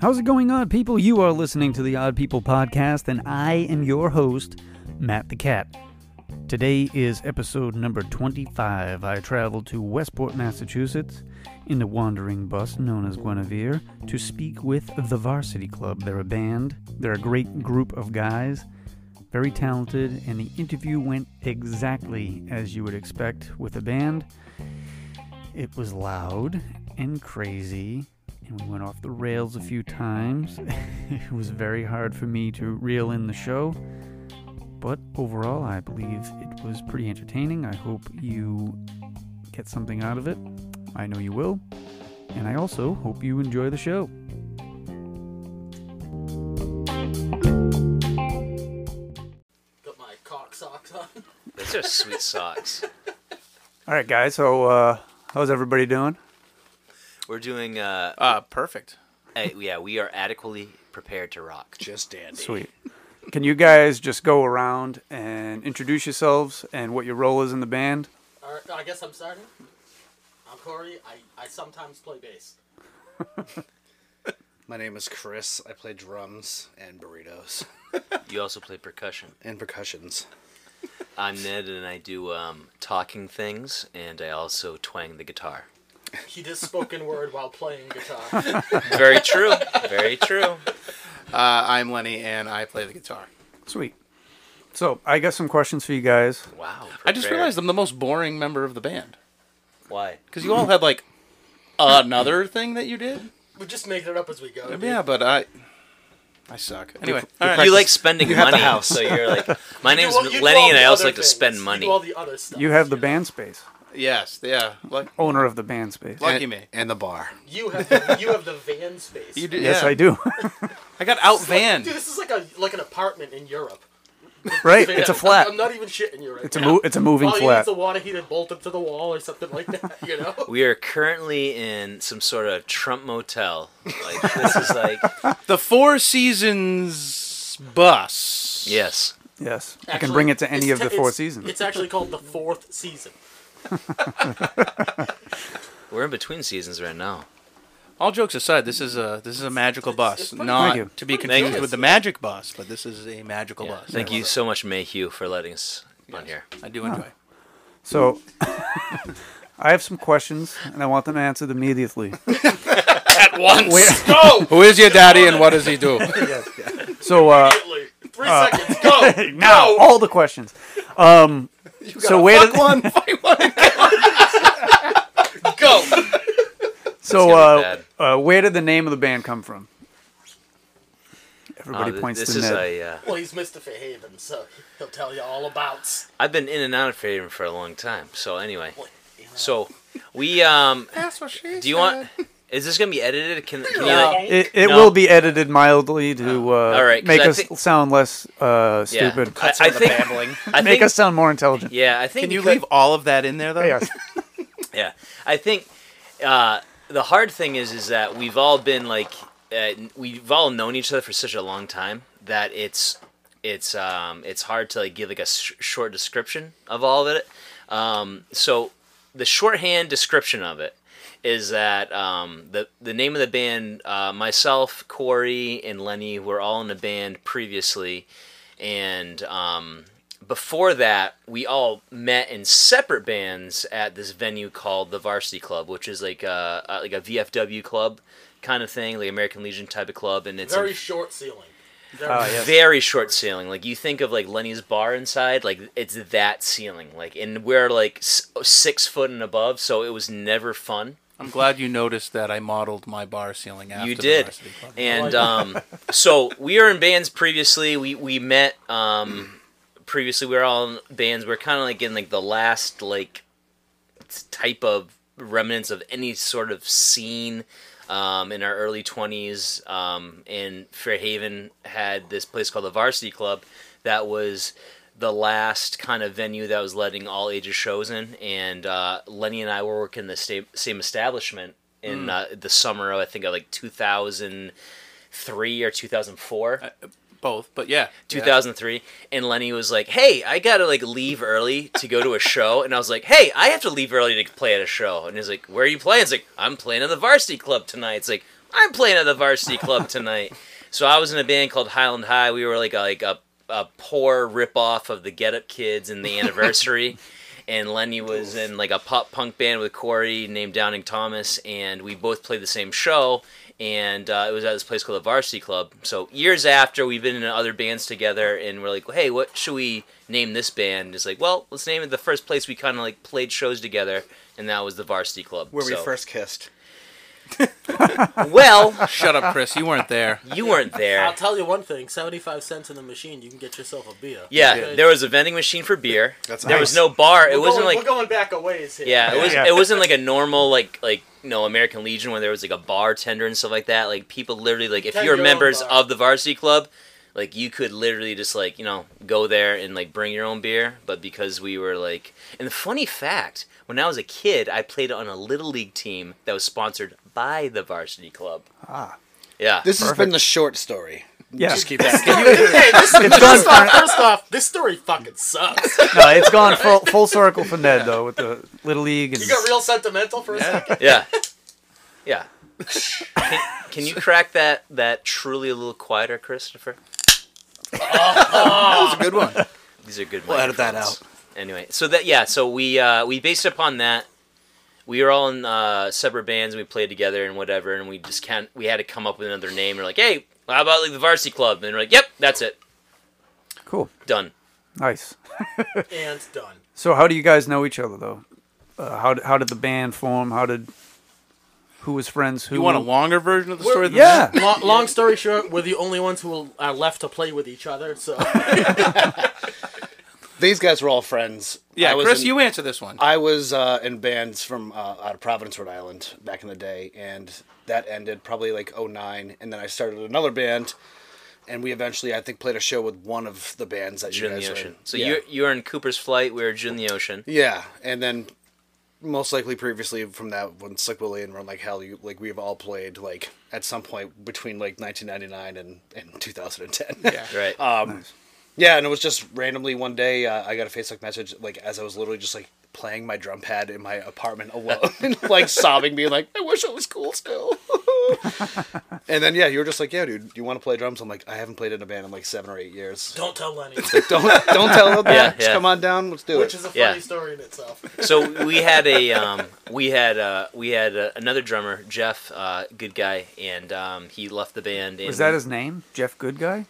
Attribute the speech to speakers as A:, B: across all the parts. A: How's it going, odd people? You are listening to the Odd People Podcast, and I am your host, Matt the Cat. Today is episode number 25. I traveled to Westport, Massachusetts in the wandering bus known as Guinevere to speak with the Varsity Club. They're a band, they're a great group of guys, very talented, and the interview went exactly as you would expect with a band. It was loud and crazy, and we went off the rails a few times. it was very hard for me to reel in the show but overall, I believe it was pretty entertaining. I hope you get something out of it. I know you will. And I also hope you enjoy the show.
B: Got my cock socks on.
C: Those are sweet socks.
A: All right, guys. So, uh, how's everybody doing?
C: We're doing. Uh,
D: Uh, perfect.
C: eh, yeah, we are adequately prepared to rock.
D: Just dandy.
A: Sweet. Can you guys just go around and introduce yourselves and what your role is in the band?
B: All right, I guess I'm starting. I'm Corey. I, I sometimes play bass.
D: My name is Chris. I play drums and burritos
C: You also play percussion.
D: and percussions.
C: I'm Ned, and I do um, talking things, and I also twang the guitar.
B: He does spoken word while playing guitar.
C: Very true. Very true.
D: Uh, I'm Lenny, and I play the guitar.
A: Sweet. So, I got some questions for you guys.
C: Wow.
D: I just
C: prepared.
D: realized I'm the most boring member of the band
C: Why?
D: because you all had like another thing that you did.
B: We're just making it up as we go. dude.
D: Yeah, but I, I suck. Anyway, all right.
C: You like spending money, so you're like, my
B: You
C: name's
B: do all- you do all
C: Lenny, and
B: the
C: I also
B: other
C: like to
B: things.
C: spend
B: You
C: money.
B: do all the other stuff.
A: You have the band space,
D: Yes, yeah. Like,
A: owner of the band space.
D: lucky me.
E: and the bar.
B: You have the, you have the van space.
D: You did.
A: Yes,
D: yeah.
A: I do.
D: I got out van.
B: Dude, this is like a like an apartment in Europe.
A: right? It's a
B: I'm-
A: flat.
B: I'm not even shitting you right
A: It's a, mo- it's a moving
B: All you need
A: flat.
B: is a water heater bolt up to the wall or something like that. You know.
C: We are currently in some sort of Trump motel. Like this is like
D: The Four Seasons bus.
C: yes.
A: Yes, I
B: Actually,
A: can bring it to any of
B: it's te-
A: the four
B: it's-
A: seasons.
B: It's actually called the fourth season.
C: We're in between seasons right now.
D: All jokes aside, this is a this is a magical bus,
B: it's pretty-
D: not
A: Thank you.
D: to be
B: Pretty
D: confused
B: nice.
D: with the magic bus, but this is a magical
C: Yeah.
D: bus.
C: Thank you so much, Mayhew, for letting us on here.
D: I do enjoy.
A: So, I have some questions, and I want them answered immediately.
D: At once.
B: Go.
E: Who is your daddy and what does he do?
A: So, uh,
B: Immediately. Three seconds. Go.
A: now all the questions. Um, so where did
D: one.
B: Go.
A: so uh,
C: gonna be
A: uh, where did the name of the band come from? Everybody
C: Oh, th-
A: points
C: this
A: to
C: is
A: Ned.
C: a. Uh,
B: Well, he's Mr. Fairhaven, so he'll tell you all about.
C: I've been in and out of Fairhaven for a long time. So anyway, so we um.
D: That's what she
C: Do you want? Is this gonna be edited? Can, can you
D: No.
C: like?
A: It, it
C: No. Oh.
A: will be edited mildly to uh,
C: all right, 'cause
A: make
C: I
A: us
C: think-
A: sound less uh,
C: Yeah.
A: stupid.
C: I, I think. I
A: make
C: think,
A: us sound more intelligent.
C: Yeah, I think.
D: Can you
C: cut-
D: leave all of that in there though?
A: Yes.
C: Yeah, I think uh, the hard thing is is that we've all been like uh, we've all known each other for such a long time that it's it's um, it's hard to like give like a sh- short description of all of it. Um, so the shorthand description of it is that um, the the name of the band uh, myself Corey and Lenny were all in a band previously and um, before that, we all met in separate bands at this venue called the Varsity Club, which is like a, a like a VFW club kind of thing, like American Legion type of club, and it's
B: Very
C: a
B: short ceiling. Very
C: very short ceiling. Like you think of like Lenny's bar inside, like it's that ceiling. Like and we're like s- six foot and above, so it was never fun.
D: I'm glad you noticed that I modeled my bar ceiling after
C: You
D: the
C: did,
D: Varsity Club.
C: and um, so we were in bands previously. We we met um, previously. We were all in bands. We are kind of like in like the last like s- type of remnants of any sort of scene um, in our early twenties. Um, and Fairhaven had this place called the Varsity Club that was the last kind of venue that was letting all ages shows in. And uh, Lenny and I were working the same same establishment in uh, the summer of I think of like two thousand three or two thousand four.
D: both, but yeah.
C: 2003 and lenny was like hey i gotta like leave early to go to a show and i was like hey i have to leave early to play at a show and he's like where are you playing it's like i'm playing at the varsity club tonight it's like i'm playing at the varsity club tonight so i was in a band called highland high we were like a, like a, a poor rip-off of the get up kids and the anniversary and lenny was in like a pop punk band with corey named downing thomas and we both played the same show and uh, it was at this place called the Varsity Club. So years after, we've been in other bands together, and we're like, "Hey, what should we name this band?" And it's like, "Well, let's name it the first place we kind of like played shows together, and that was the Varsity Club."
F: Where we
C: So-
F: first kissed.
C: Well,
D: Shut up, Chris. You weren't there.
C: you weren't
G: I'll
C: there.
G: tell you one thing: seventy-five cents in the machine, you can get yourself a beer.
C: Yeah, there was a vending machine for beer.
F: That's
C: there was
F: nice.
C: no bar. It
G: We're
C: wasn't
G: going-
C: like
G: we're going back a ways here.
C: yeah, it was
A: Yeah.
C: it wasn't like a normal like like you know American Legion where there was like a bartender and stuff like that. Like people literally like if
G: Have
C: you were
G: your own
C: members
G: bar.
C: of the Varsity Club, like you could literally just like you know go there and like bring your own beer. But because we were like, and the funny fact, when I was a kid, I played on a little league team that was sponsored by the Varsity Club. Ah, yeah.
F: This has been the short story.
A: Yeah.
F: Just keep that.
G: Hey, this,
A: done.
G: first, off, first off, this story fucking sucks.
A: No, it's gone full, full circle for Ned though with the little league and
G: You got real sentimental for a second.
C: Yeah. Yeah. Can, can you crack that that truly a little quieter, Christopher?
D: That was a good one.
C: These are good.
F: We'll edit that
C: microphones. Anyway, so that yeah, so we uh, we based upon that. We were all in uh, separate bands. and We played together and whatever, and we just can't. We had to come up with another name. We're like, hey, how about like the Varsity Club? And we're like, yep, that's it,
A: cool,
C: done.
A: nice.
G: And done.
A: So how do you guys know each other though? Uh, how did, how did the band form? How did who was friends? Who
D: You want a longer version of the
G: We're-
D: story? than
A: Yeah.
D: that?
G: Long, long story short, we're the only ones who are left to play with each other. So
F: These guys were all friends. I
D: Yeah,
F: was
D: Chris,
F: in-
D: you answer this one.
F: I was uh, in bands from uh, out of Providence, Rhode Island, back in the day, and that ended probably like '09, and then I started another band, and we eventually, I think, played a show with one of the bands that you
C: June in
F: guys
C: the
F: were in.
C: ocean. So
F: yeah.
C: you you were in Cooper's Flight. We were June in the ocean.
F: yeah, and then most likely previously from that when Slick Willie and Run Like Hell, you like we've all played like at some point between like 1999 and and 2010. Yeah. Uh.
C: Right.
F: Um, Yeah, and it was just randomly one day uh, I got a Facebook message like as I was literally just like playing my drum pad in my apartment alone, and, like sobbing, being like, "I wish I was cool still." and then yeah, you were just like, "Yeah, dude, you want to play drums?" I'm like, "I haven't played in a band in like seven or eight years."
G: don't tell Lenny,
F: Don't don't tell them.
C: Yeah,
F: Yeah,
C: yeah.
F: Just come on down. Let's do
G: which
F: it.
G: is a funny
C: Yeah.
G: story in itself.
C: so we had a um, we had uh, we had uh, another drummer Jeff, uh, good guy, and um, he left the band. And
A: was that his name? Jeff Goodguy.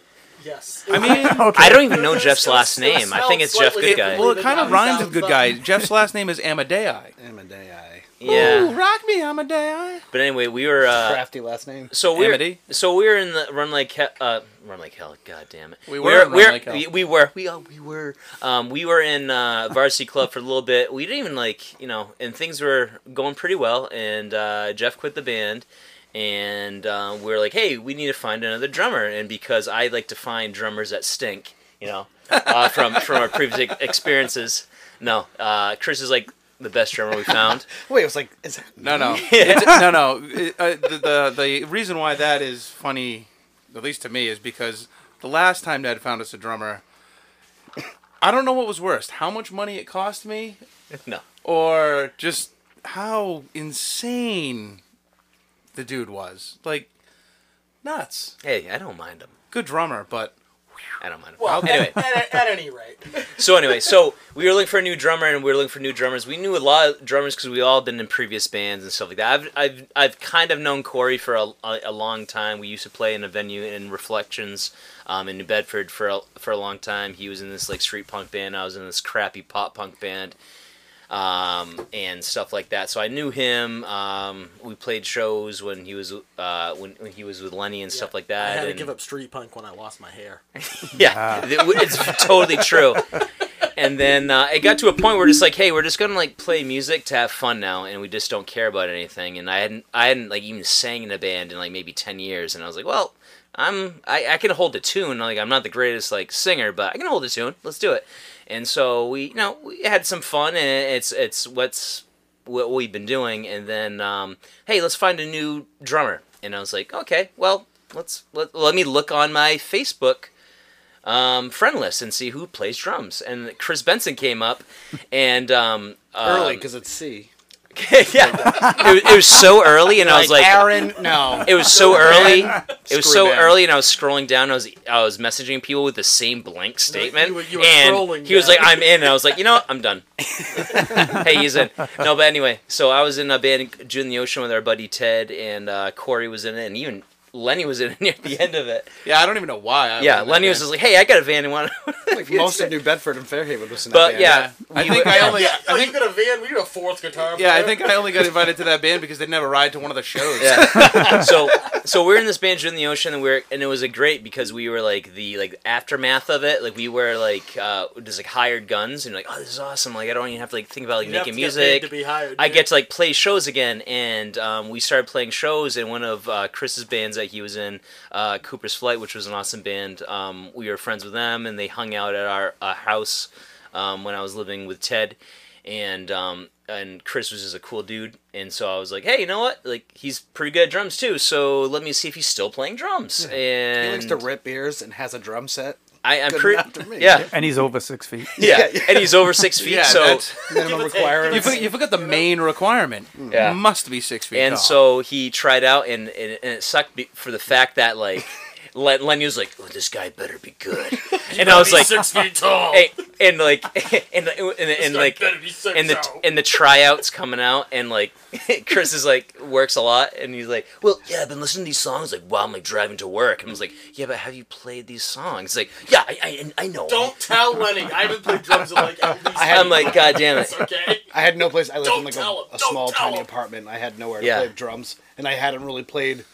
G: Yes.
D: I mean,
A: Okay.
C: I don't even know
G: It's
C: Jeff's
G: gonna-
C: last
G: it's gonna
C: name. I
G: smell
C: think it's Jeff
G: slightly
C: Good Guy.
G: different.
D: well, it kind of rhymes with good guy. Jeff's last name is Amadei.
C: Uh,
F: Amadei.
D: Ooh,
C: Yeah,
D: rock me, Amadei.
C: but anyway, we were uh,
F: Crafty last name.
C: so we were
D: Amity?
C: so we were in the run like He- uh, run like hell. God damn it,
D: We were in Run Like Hell.
C: We, we were we uh, we were um, we were in uh, varsity club for a little bit. We didn't even like you know, and things were going pretty well. And uh, Jeff quit the band. And uh, we were like, hey, we need to find another drummer. And because I like to find drummers that stink, you know, uh, from from our previous ex- experiences. No, uh, Chris is like the best drummer we found.
F: Wait, it was like, is that
D: No, no, It's- no, no. It- uh, the, the the reason why that is funny, at least to me, is because the last time Ned found us a drummer, I don't know what was worst: how much money it cost me,
C: No.
D: or just how insane the dude was. Like nuts.
C: Hey, I don't mind him.
D: Good drummer, but
C: I don't mind him.
G: Well,
C: anyway,
G: at, at, at any rate,
C: so anyway, so we were looking for a new drummer, and we were looking for new drummers. We knew a lot of drummers because we all been in previous bands and stuff like that. I've I've, I've kind of known Corey for a, a, a long time. We used to play in a venue in Reflections, um, in New Bedford for a, for a long time. He was in this like street punk band. I was in this crappy pop punk band. um, and stuff like that. So I knew him. Um, we played shows when he was uh, when, when he was with Lenny and stuff like that.
G: I had to
C: and-
G: give up street punk when I lost my hair.
C: yeah, th- w- it's totally true. And then uh, it got to a point where it's like, hey, we're just gonna like play music to have fun now, and we just don't care about anything. And I hadn't, I hadn't like even sang in a band in like maybe ten years, and I was like, well, I'm, I, I can hold a tune. Like I'm not the greatest like singer, but I can hold a tune. Let's do it. And so we, you know, we had some fun, and it's, it's what's what we've been doing and then um, hey let's find a new drummer and i was like okay well let's let, let me look on my facebook um, friend list and see who plays drums. And Chris Benson came up, and um,
F: Early
C: um,
F: because it's C.
C: yeah, it, was- it was so early, and I was like,
F: Aaron, no.
C: it was so early. It was
F: Screw
C: so
F: Ben.
C: early, and I was scrolling down. I was I was messaging people with the same blank statement,
B: you were- you were
C: and
B: scrolling
C: he was
B: down.
C: like, "I'm in," and I was like, "You know what? I'm done." hey, he's in. No, but anyway, so I was in a band, June in the Ocean, with our buddy Ted, and uh, Corey was in it, and even Lenny was in it near the end of it.
D: Yeah, I don't even know why. I
C: Yeah,
D: went
C: Lenny
D: there.
C: was just like, "Hey, I got a van and one."
F: Most of New Bedford and Fairhaven was in that
C: But
F: band.
C: yeah,
D: I think I only.
B: Yeah,
D: I
B: oh,
D: think,
B: you got a van. We got a fourth guitar.
D: yeah, I
B: player.
D: think I only got invited to that band because they never ride to one of the shows.
C: Yeah. so so we're in this band in the ocean and we're and it was a great because we were like the like aftermath of it. Like we were like uh just like hired guns and like, oh this is awesome. Like I don't even have to like think about like
B: You'd have
C: making
B: to get paid
C: music.
B: to be hired.
C: I
B: dude.
C: get to like play shows again, and um, we started playing shows. And one of uh, Chris's bands that he was in, uh, Cooper's Flight, which was an awesome band, um, we were friends with them, and they hung out at our uh, house um, when I was living with Ted, and um, and Chris was just a cool dude, and so I was like, hey, you know what? Like he's pretty good at drums too, so let me see if he's still playing drums.
F: He
C: And
F: likes to rip ears and has a drum set.
C: I, I'm
F: good
C: pretty,
F: enough to me.
C: yeah,
A: And he's over six feet.
C: yeah,
F: Yeah, yeah.
C: and he's over six feet,
D: Yeah,
C: so.
D: that's-
F: Minimum
D: You,
F: requirements.
D: for, you forgot the main requirement.
C: Yeah.
D: Must be six feet
C: and
D: tall.
C: so he tried out and, and, and it sucked be- for the fact that like Len- lenny was like oh, this guy better be good and i was
B: Be
C: like
B: six feet tall.
C: hey, and like and, and, and,
B: This guy
C: like
B: better be six
C: and the
B: tall.
C: and the tryouts coming out and like chris is like works a lot and he's like well yeah i've been listening to these songs like while i'm like driving to work and i was like yeah but have you played these songs He's like yeah i i, I know 'em."
B: Don't tell Lenny. I haven't played drums in like at least.
F: had-
C: i'm like god damn it
B: It's okay.
F: I had no place. I lived
B: Don't
F: in like
B: tell him.
F: a, a
B: Don't
F: small,
B: tell
F: tiny
B: him.
F: apartment. I had nowhere to
C: Yeah.
F: play drums, and I hadn't really played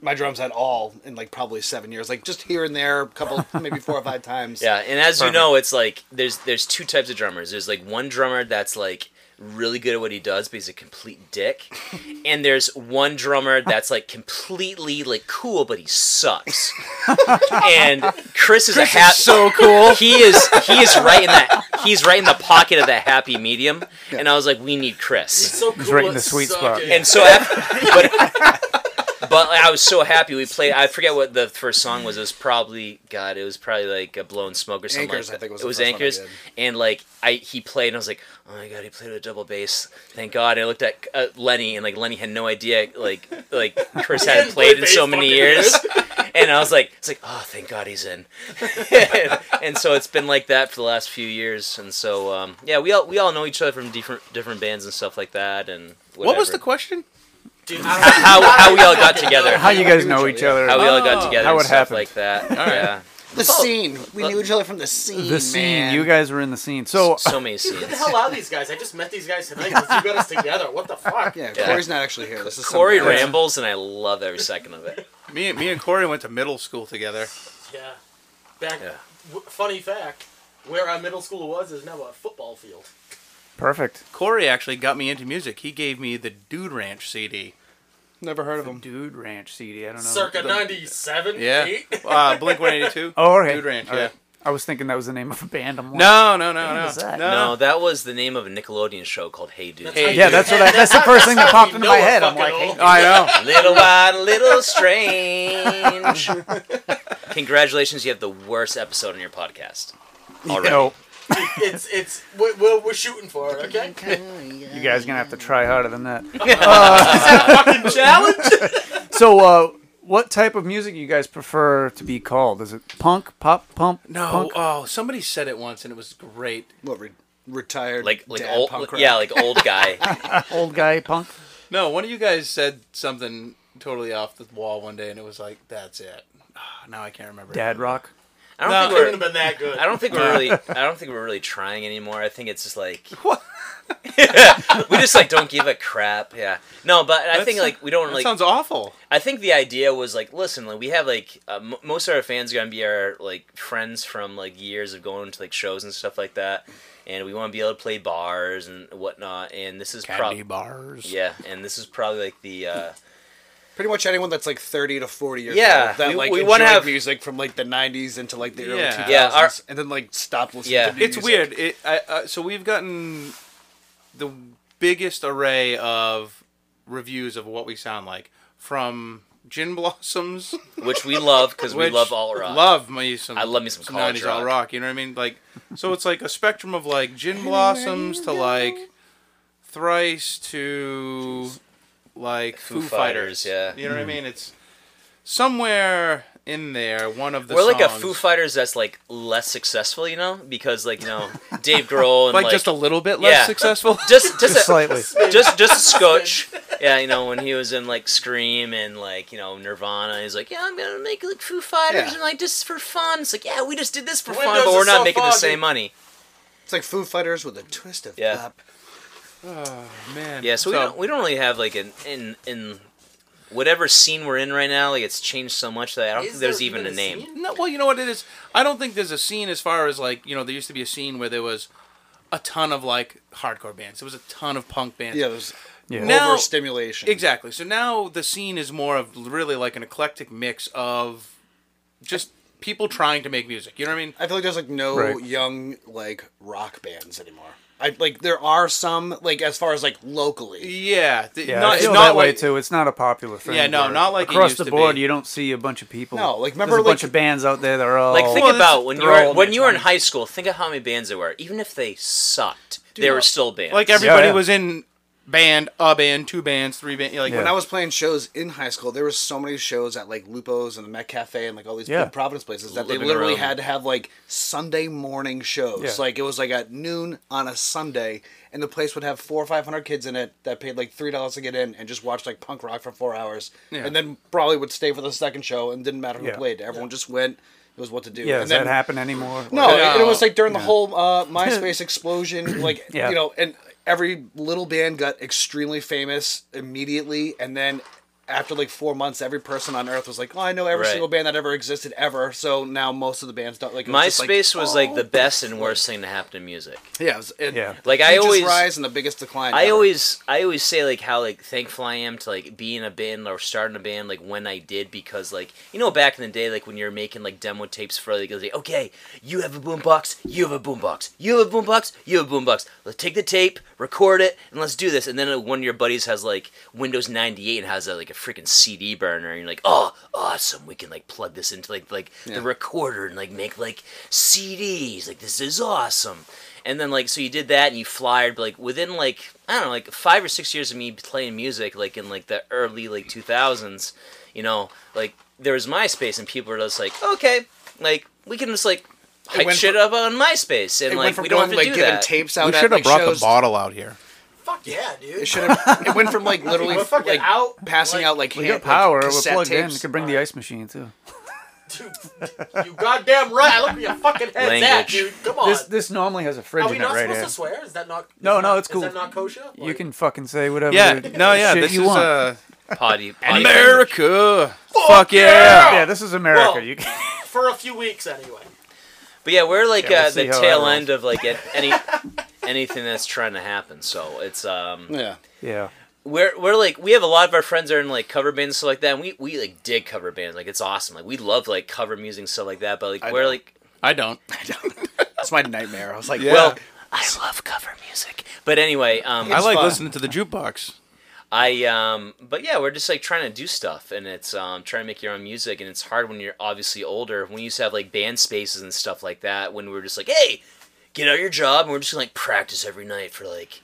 F: my drums at all in like probably seven years. Like just here and there, a couple, maybe four or five times.
C: Yeah, and as you know, it's like there's there's two types of drummers. There's like one drummer that's like really good at what he does, but he's a complete dick. and there's one drummer that's like completely like cool, but he sucks. and Chris is a hat so cool. He is he is right in that he's right in the pocket of that happy medium. And I was like, we need Chris.
B: It's so cool.
A: right in
B: it
A: the sweet
B: sucked.
A: spot.
B: Yeah.
C: And so, after, but but I was so happy we played. I forget what the first song was. It was probably God. It was probably like a blown smoke or something.
F: Anchors,
C: like
F: I
C: that.
F: think, was
C: it
F: the
C: was
F: first one I
C: anchors.
F: did.
C: And like I, he played, and I was like, oh my god, he played with a double bass. Thank God. I looked at uh, Lenny, and like Lenny had no idea. Like like Chris hadn't
B: play
C: played in so
B: bass
C: many
B: fucking
C: years. And I was like, it's like, oh, thank God he's in. and, so it's been like that for the last few years. And so, um, yeah, we all we all know each other from different different bands and stuff like that. And
D: what was
C: whatever
D: the question?
B: Dude, I-
C: how, how we all got together.
A: How
C: How
A: you guys know each other?
C: we all got together.
A: How
C: and
A: it
C: stuff
A: happened.
C: like that. Yeah.
F: the
C: Oh.
F: scene.
C: Uh,
F: We knew each other from the scene.
A: The scene.
F: man.
A: You guys were in the scene. So
C: So many
B: Who the
C: scenes.
B: hell are these guys? I just met these guys tonight. 'cause You got us together. What the fuck?
F: Yeah,
C: Yeah.
F: Corey's not actually here. This is
C: Corey
F: somebody else.
C: rambles, and I love every second of it.
D: Me, and- me and Corey went to middle school together.
B: Yeah. Back.
C: Yeah.
B: W- funny fact. Where our middle school was is now a football field.
A: perfect.
D: Corey actually got me into music. He gave me the Dude Ranch CD.
F: Never heard of him.
A: Dude Ranch CD. I don't know.
B: Circa '97.
D: Yeah. Uh, Blink 182.
A: Oh, okay.
D: Dude Ranch,
A: All right.
D: yeah.
A: I was thinking that was the name of a band. I'm like,
D: No, no, no,
A: What
D: no.
A: is that?
C: No, that was the name of a Nickelodeon show called Hey Dude.
D: Hey,
A: Yeah, that's what I, that's the first thing that popped into my
B: Noah
A: head. I'm
B: fucking
A: like,
B: old.
A: hey,
D: I know.
C: Little wide, little strange. Congratulations, you have the worst episode on your podcast. Already.
A: no,
B: It's it's we're, we're, we're shooting for it. Okay.
A: you guys gonna have to try harder than that. Uh,
B: Challenge.
A: So, uh, what type of music you guys prefer to be called? Is it punk, pop, pump?
D: No,
A: punk?
D: oh, somebody said it once and it was great.
F: What re- retired?
C: Like like
F: dad
C: old
F: punk rock?
C: yeah, like old guy.
A: old guy punk.
D: No, one of you guys said something totally off the wall one day and it was like, that's it. Ah, Now I can't remember.
A: Dad rock.
C: I don't
D: No.
C: think
B: Couldn't
C: we're
B: have been that good.
C: I don't think we're really. I don't think we're really trying anymore. I think it's just like
D: What?
C: we just like don't give a crap. Yeah. No, but I think
D: That's-
C: like we don't
D: That
C: like.
D: sounds awful.
C: I think the idea was like, listen, like we have like uh, m- most of our fans are gonna be our like friends from like years of going to like shows and stuff like that, and we want to be able to play bars and whatnot. And this is probably
D: bars.
C: yeah, and this is probably like the uh,
F: Pretty much anyone that's like thirty to forty years
C: Yeah,
F: old that
C: we-
F: like
C: we
F: enjoyed
C: wanna have-
F: music from like the '90s into like the early
D: Yeah.
F: 2000s,
C: Yeah, our-
F: and then like stopped listening.
C: Yeah.
F: to new
D: It's
F: music.
D: weird. It, I, uh, so we've gotten the biggest array of reviews of what we sound like from Gin Blossoms,
C: which we love because we
D: which-
C: love all rock.
D: Love me some.
C: I love me some college
D: '90s all
C: rock.
D: rock. You know what I mean? Like, so it's like a spectrum of like Gin Blossoms to like Thrice to like
C: Foo
D: Foo,
C: Fighters,
D: Fighters.
C: yeah.
D: You know what I mean? It's somewhere in there. One of the
C: We're like a
D: songs-
C: Foo Fighters that's like less successful, you know, because like you know Dave Grohl and
D: like,
C: like,
D: just a little bit less
C: Yeah.
D: successful.
C: just just
A: Just
C: a,
A: slightly.
C: just just a scotch. Yeah, you know when he was in like Scream and like you know Nirvana, he's like, yeah, I'm gonna make like Foo Fighters
F: Yeah.
C: and like just for fun. It's like, yeah, we just did this for fun,
B: Windows
C: but we're
B: is
C: not
B: so
C: making the
B: foggy.
C: same money.
F: It's like Foo Fighters with a twist of
C: Yeah.
F: pop.
D: Man.
C: Yeah, so, we don't we don't really have like an in in whatever scene we're in right now. Like it's changed so much that I don't
B: Is
C: think there's
B: there
C: even, a name.
B: scene?
D: No, well, you know what it is. I don't think there's a scene as far as like you know there used to be a scene where there was a ton of like hardcore bands. There was a ton of punk bands.
F: Yeah, there's
A: Yeah.
D: Now-
F: overstimulation.
D: Exactly. So now the scene is more of really like an eclectic mix of just people trying to make music. You know what I mean?
F: I feel like there's like no
A: Right.
F: young like rock bands anymore. I like there are some like as far as like locally.
D: Yeah. th-
A: Yeah,
D: not,
A: I
D: it's
A: feel
D: not
A: that
D: like,
A: way too. It's not a popular thing.
D: Yeah, no,
A: where
D: not like it
A: across
D: used
A: the
D: to
A: board.
D: be.
A: You don't see a bunch of people.
F: No, like,
A: There's
F: remember,
A: a bunch
F: like-
A: of bands out there that are all
C: Like think
D: Well,
C: about
D: that's
C: when you
A: throw
C: were
A: in
C: when
A: the
C: you were in
A: twenties.
C: high school. Think of how many bands there were. Even if they sucked, there were still bands.
D: Like everybody
A: yeah.
D: was in band, a band, two bands, three bands. Like
A: Yeah.
D: when
F: When I was playing shows in high school, there was so many shows at like Lupo's and the Met Cafe and like all these
A: Yeah.
F: big Providence places that
C: Living
F: they literally
C: room.
F: had to have like Sunday morning shows.
A: Yeah.
F: Like it was like at noon on a Sunday, and the place would have four or five hundred kids in it that paid like three dollars to get in and just watched like punk rock for four hours,
D: Yeah.
F: and then probably would stay for the second show and didn't matter who
A: Yeah.
F: played. Everyone just went. It was what to do.
A: Yeah,
F: and
A: does
F: then
A: that happen anymore?
F: No,
A: Like,
F: it- it
D: No.
F: was like during the whole uh, MySpace explosion, like
A: Yeah.
F: you know, and every little band got extremely famous immediately, and then after like four months, every person on earth was like, "Oh, I know every
C: Right.
F: single band that ever existed ever." So now most of the bands don't like it was just like,
C: MySpace was like the
F: oh.
C: best and worst thing to happen in music.
F: Yeah, it was, it,
A: Yeah.
C: Like, I
F: hugest
C: always-
F: rise and the biggest decline.
C: I
F: ever.
C: always I always say like how like thankful I am to like be in a band or starting a band like when I did because like you know back in the day like when you're making like demo tapes for like it was like okay you have a boombox you have a boombox you have a boombox you have a boombox let's take the tape record it and let's do this and then uh, one of your buddies has like Windows 98 and has uh, like a freaking CD burner and you're like oh awesome we can like plug this into like like the recorder and like make like CDs like this is awesome and then like so you did that and you flyered but, like within like i don't know like five or six years of me playing music like in like the early like 2000s you know like there was myspace and people were just like okay like we can just like hype
F: went
C: shit up on myspace and
F: it
C: like
F: went from
C: we don't
F: going
C: have to do
F: like giving
C: that
F: tapes out.
D: we
F: at,
D: should have
F: like,
D: brought
F: shows-
D: the bottle out here.
B: Fuck yeah, dude.
F: It should have. It went from like literally
B: We're fucking
F: like
B: out,
F: passing
B: like-
F: out like
A: We
F: hand-
A: got power.
F: Like,
A: We're
F: cassette
A: plugged in.
F: tapes.
A: We could bring the ice machine too.
B: Dude, you goddamn right. I look at your fucking head's at,
C: Language.
B: dude. Come on.
A: This this normally has a fridge
B: Oh, Are we
A: in it
B: not
A: right
B: supposed
A: here.
B: to swear? Is that not?
A: No,
B: is
A: no,
B: that-
A: it's
B: Is
A: cool.
B: that not kosher?
A: You
B: Like,
A: can fucking say whatever.
D: Yeah,
A: the
D: no, yeah.
A: shit
D: This
A: you
D: is
A: want.
D: uh,
C: potty, potty
D: America. Fuck yeah.
A: yeah, this is America.
B: Well,
A: you can,
B: for a few weeks anyway.
C: but yeah we're like
A: Yeah, we'll
C: uh,
A: see
C: the
A: how
C: tail
A: that rolls.
C: end of like an- any anything that's trying to happen so it's um
F: Yeah.
A: yeah.
C: we're we're like we have a lot of our friends are in like cover bands and stuff like that and we we like dig cover bands like it's awesome like we love like cover music and stuff like that but like
F: I
C: we're
F: know.
C: like
D: I don't.
F: That's my nightmare. I was like,
D: Yeah.
F: well,
C: well i love cover music but anyway um
D: I like
F: fun.
D: listening to the jukebox.
C: i um but yeah we're just like trying to do stuff and it's um trying to make your own music and it's hard when you're obviously older when you used to have like band spaces and stuff like that when we were just like hey get out your job and we're just gonna like practice every night for like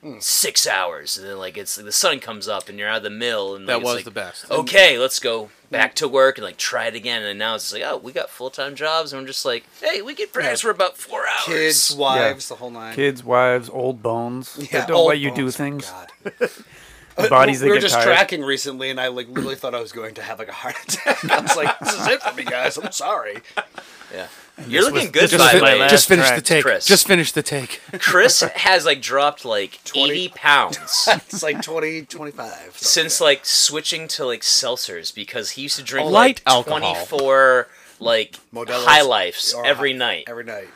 D: Hmm.
C: six hours and then like it's like the sun comes up and you're out of the mill and like,
D: That
C: it's,
D: was
C: like,
D: the best.
C: okay, let's go back to work and like try it again. And now it's just like, oh, we got full time jobs, and we're just like, hey, we can practice for about four hours.
F: kids, wives, the whole nine.
A: Kids, wives, old bones
F: Yeah,
A: that don't
F: old
A: let you do
F: bones,
A: things.
F: God.
A: The bodies
F: we
A: that
F: were
A: get
F: just
A: tired.
F: tracking recently, and I like literally thought I was going to have like a heart attack. I was like, "This is it for me, guys. I'm sorry."
C: Yeah, you're looking good
D: Just,
C: by the
D: fin-
C: way.
D: Oh, just finish the
A: track,
D: take.
C: Chris.
D: Just finish the take.
C: Chris has like dropped like
F: 20.
C: eighty pounds.
F: It's like 20, 25. So,
C: Since like switching to like seltzers because he used to drink
D: Light
C: like
D: alcohol.
C: twenty four like
F: Modelo's
C: high lifes
F: or
C: every
F: high-
C: night,
F: every night.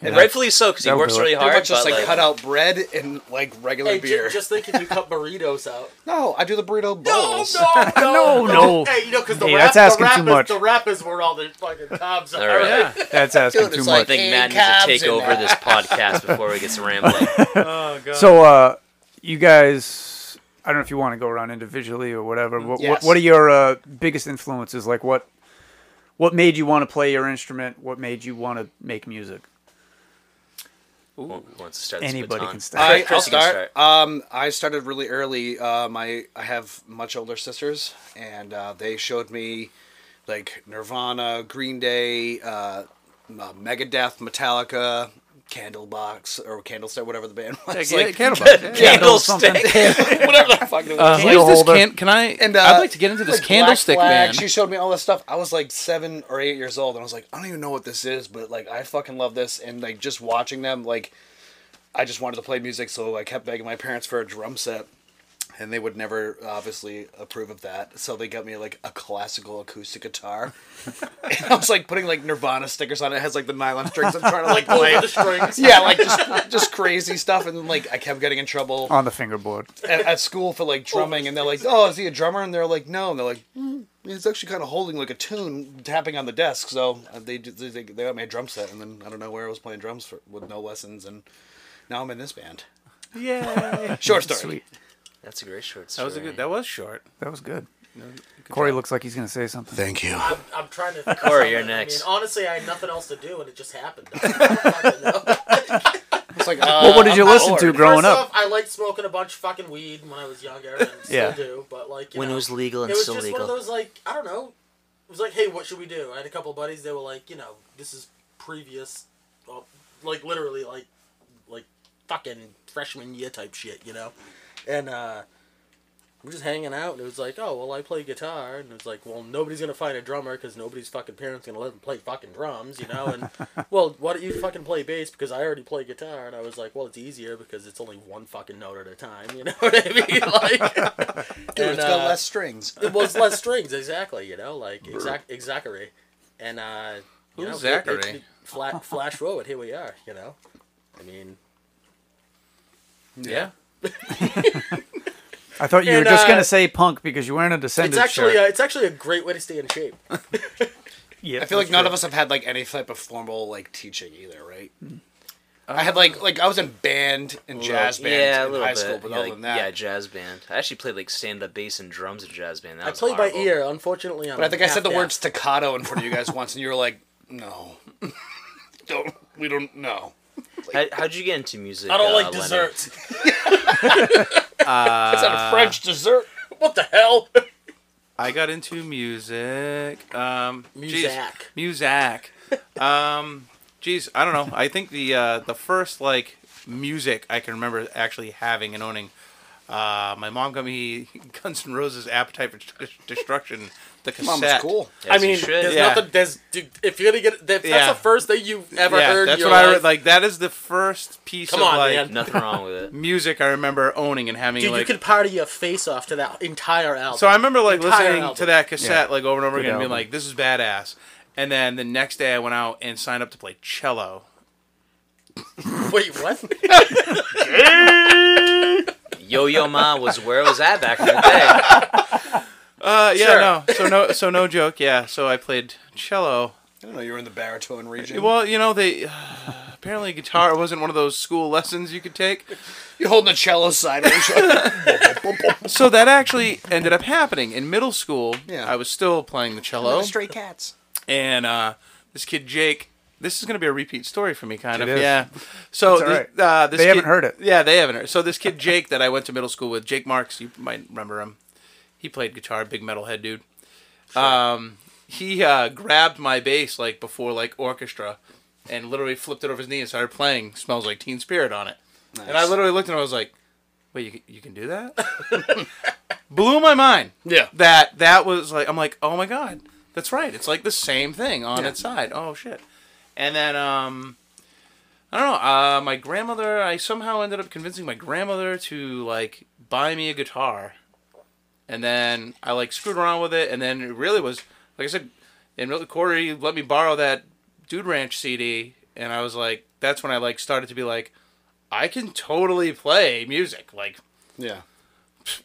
C: and rightfully so because he
A: That'll
C: works
A: do it.
C: really
F: Pretty
C: hard.
F: much just
C: but,
F: like,
C: like,
F: cut out bread and like regular
B: Hey, ju-
F: beer.
B: just think if you cut burritos out. Oh,
F: no, I do the burrito bowls.
A: No, no.
B: Hey, you know, because the
A: Hey,
B: rap,
A: that's asking
B: the rap
A: too
B: is,
A: much.
B: The rap is where all the fucking cobs
C: All
B: are.
C: right.
A: That's asking
F: Dude,
A: too
F: it's
A: much.
C: I think
F: Hey,
C: Matt needs
F: cabs
C: to take
F: in
C: over
F: there.
C: this podcast before it gets rambling.
A: so, uh, you guys I don't know if you want to go around individually or whatever. What what,
F: Yes.
A: what are your uh, biggest influences? Like what what made you want to play your instrument? What made you want to make music?
C: Who wants to start this
A: Anybody
C: baton?
A: can start.
F: I,
C: Chris,
F: I'll
C: you can
F: start. Um, I started really early. Uh, my I have much older sisters, and uh, they showed me like Nirvana, Green Day, uh, M- uh, Megadeth, Metallica, Candlebox or Candlestick, whatever the band was.
D: Yeah,
F: like,
D: Candlebox. Yeah.
C: Candlestick.
F: whatever the fuck. It was.
D: Uh, what
A: Candle
D: is this
A: holder.
D: can, can I?
F: and uh,
D: I'd like to get into this
F: like,
D: candlestick
F: Black Flag,
D: man.
F: She showed me all this stuff. I was like seven or eight years old, and I was like, I don't even know what this is, but like I fucking love this. And like just watching them, like I just wanted to play music, so I kept begging my parents for a drum set, and they would never obviously approve of that. So they got me like a classical acoustic guitar, and I was like putting like Nirvana stickers on it. It has like the nylon strings. I'm trying to like play.
B: the strings.
F: Yeah, like just just crazy stuff, and like I kept getting in trouble
A: on the fingerboard.
F: at, at school for like drumming, and they're like, "Oh, is he a drummer?" And they're like, "No," and they're like, mm, "He's actually kind of holding like a tune, tapping on the desk." So uh, they d- they they got me a drum set, and then I don't know where I was playing drums for, with no lessons, and now I'm in this band.
D: yeah,
F: Short story.
A: Sweet.
C: That's a great short
D: that
C: story.
D: was a good. That was short.
A: That was good. Corey looks like he's gonna say something.
F: Thank you.
B: I'm, I'm trying to. think of
C: Corey, you're
B: something.
C: next.
B: I mean, honestly, I had nothing else to do, and it just happened. I don't fucking know.
F: It's like,
A: Well, what did you listen to growing
B: First
A: up?
B: off, I liked smoking a bunch of fucking weed when I was younger, and still
A: Yeah.
B: do. But like, you
C: When it
B: know,
C: was legal and
B: it was
C: still
B: just
C: legal.
B: one of those like I don't know. It was like, hey, what should we do? I had a couple of buddies. They were like, you know, this is previous, well, like literally like like fucking freshman year type shit, you know. And uh, we we're just hanging out, and it was like, oh well, I play guitar, and it was like, well, nobody's gonna find a drummer because nobody's fucking parents gonna let them play fucking drums, you know. And well, why don't you fucking play bass because I already play guitar? And I was like, well, it's easier because it's only one fucking note at a time, you know what I mean? Like,
F: Dude,
B: and,
F: it's got
B: uh,
F: less strings.
B: it was less strings, exactly. You know, like exact exactly. And uh, you
D: Who's
B: know,
D: Zachary?
B: It, it, flat, flash forward. Here we are. You know, I mean,
D: Yeah.
A: I thought you
B: And,
A: were just
B: uh,
A: gonna say punk because you're wearing a
B: it's
A: descendant
B: actually
A: shirt.
B: uh, it's actually a great way to stay in shape.
A: yeah,
F: I feel like none of us have had like any type of formal like teaching either, right? I had like like I was in band and jazz band
C: yeah, a
F: in
C: little
F: high
C: bit.
F: school, but
C: yeah,
F: other
C: like-
F: than that,
C: yeah, jazz band. I actually played like stand up bass and drums in jazz band. That
B: I
C: was
B: played
C: horrible.
B: by ear. Unfortunately, I'm
F: But I think I said the
B: half-deaf.
F: word staccato in front of you guys once, and you were like, "No, don't. We don't know."
C: How, how'd you get into music?
B: I don't
C: uh,
B: like
C: Lennon?
B: desserts.
F: It's
A: Uh,
F: not a French dessert.
B: what the hell?
D: I got into music. Um, geez.
B: Muzak.
D: Muzak. um, geez, I don't know. I think the uh, the first like music I can remember actually having and owning. Uh, my mom got me Guns N' Roses' Appetite for Dis- Destruction, the
F: Mom
D: cassette.
F: was cool.
C: Yes,
B: I mean,
C: you should.
B: there's
D: Yeah.
B: nothing. There's dude, if you're gonna get if
D: Yeah.
B: that's the first thing you've ever
D: yeah,
B: heard. in
D: that's
B: your
D: what I re-
B: life,
D: like. That is the first piece
B: Come
D: of
B: on,
D: like
B: man.
C: Nothing wrong with it.
D: music I remember owning and having.
B: Dude,
D: like,
B: you could party your face off to that entire album.
D: So I remember like
B: Entire
D: listening
B: album.
D: to that cassette like over and over
A: Good
D: again, and being
A: album.
D: like, "This is badass." And then the next day, I went out and signed up to play cello.
B: Wait, what?
C: Yo Yo Ma was where it was at back in the day.
D: Uh, yeah,
B: Sure.
D: no, so no, so no joke, yeah. So I played cello.
F: I don't know. You were in the baritone region.
D: Well, you know, they uh, apparently guitar wasn't one of those school lessons you could take.
F: you're holding a cello sideways. Straight
D: So that actually ended up happening in middle school.
F: Yeah.
D: I was still playing the cello,
F: cats.
D: and uh, this kid Jake. This is going to be a repeat story for me, kind
A: It
D: of.
A: is.
D: Yeah. So
A: It's all
D: this,
A: right.
D: uh, this
A: They
D: kid-
A: haven't heard it.
D: Yeah, they haven't heard. So this kid Jake that I went to middle school with, Jake Marks, you might remember him. He played guitar, big metalhead dude. Um, he uh, grabbed my bass like before like orchestra, and literally flipped it over his knee and started playing "Smells Like Teen Spirit" on it. And I
F: Nice.
D: literally looked at him. I was like, "Wait, you can- you can do that?" Blew my mind
F: Yeah.
D: that that was like I'm like, oh my god, that's right. It's like the same thing on its side. Oh shit. And then um I don't know, uh my grandmother I somehow ended up convincing my grandmother to like buy me a guitar. And then I like screwed around with it and then it really was like I said in really Corey let me borrow that Dude Ranch CD and I was like that's when I like started to be like I can totally play music like
F: Yeah.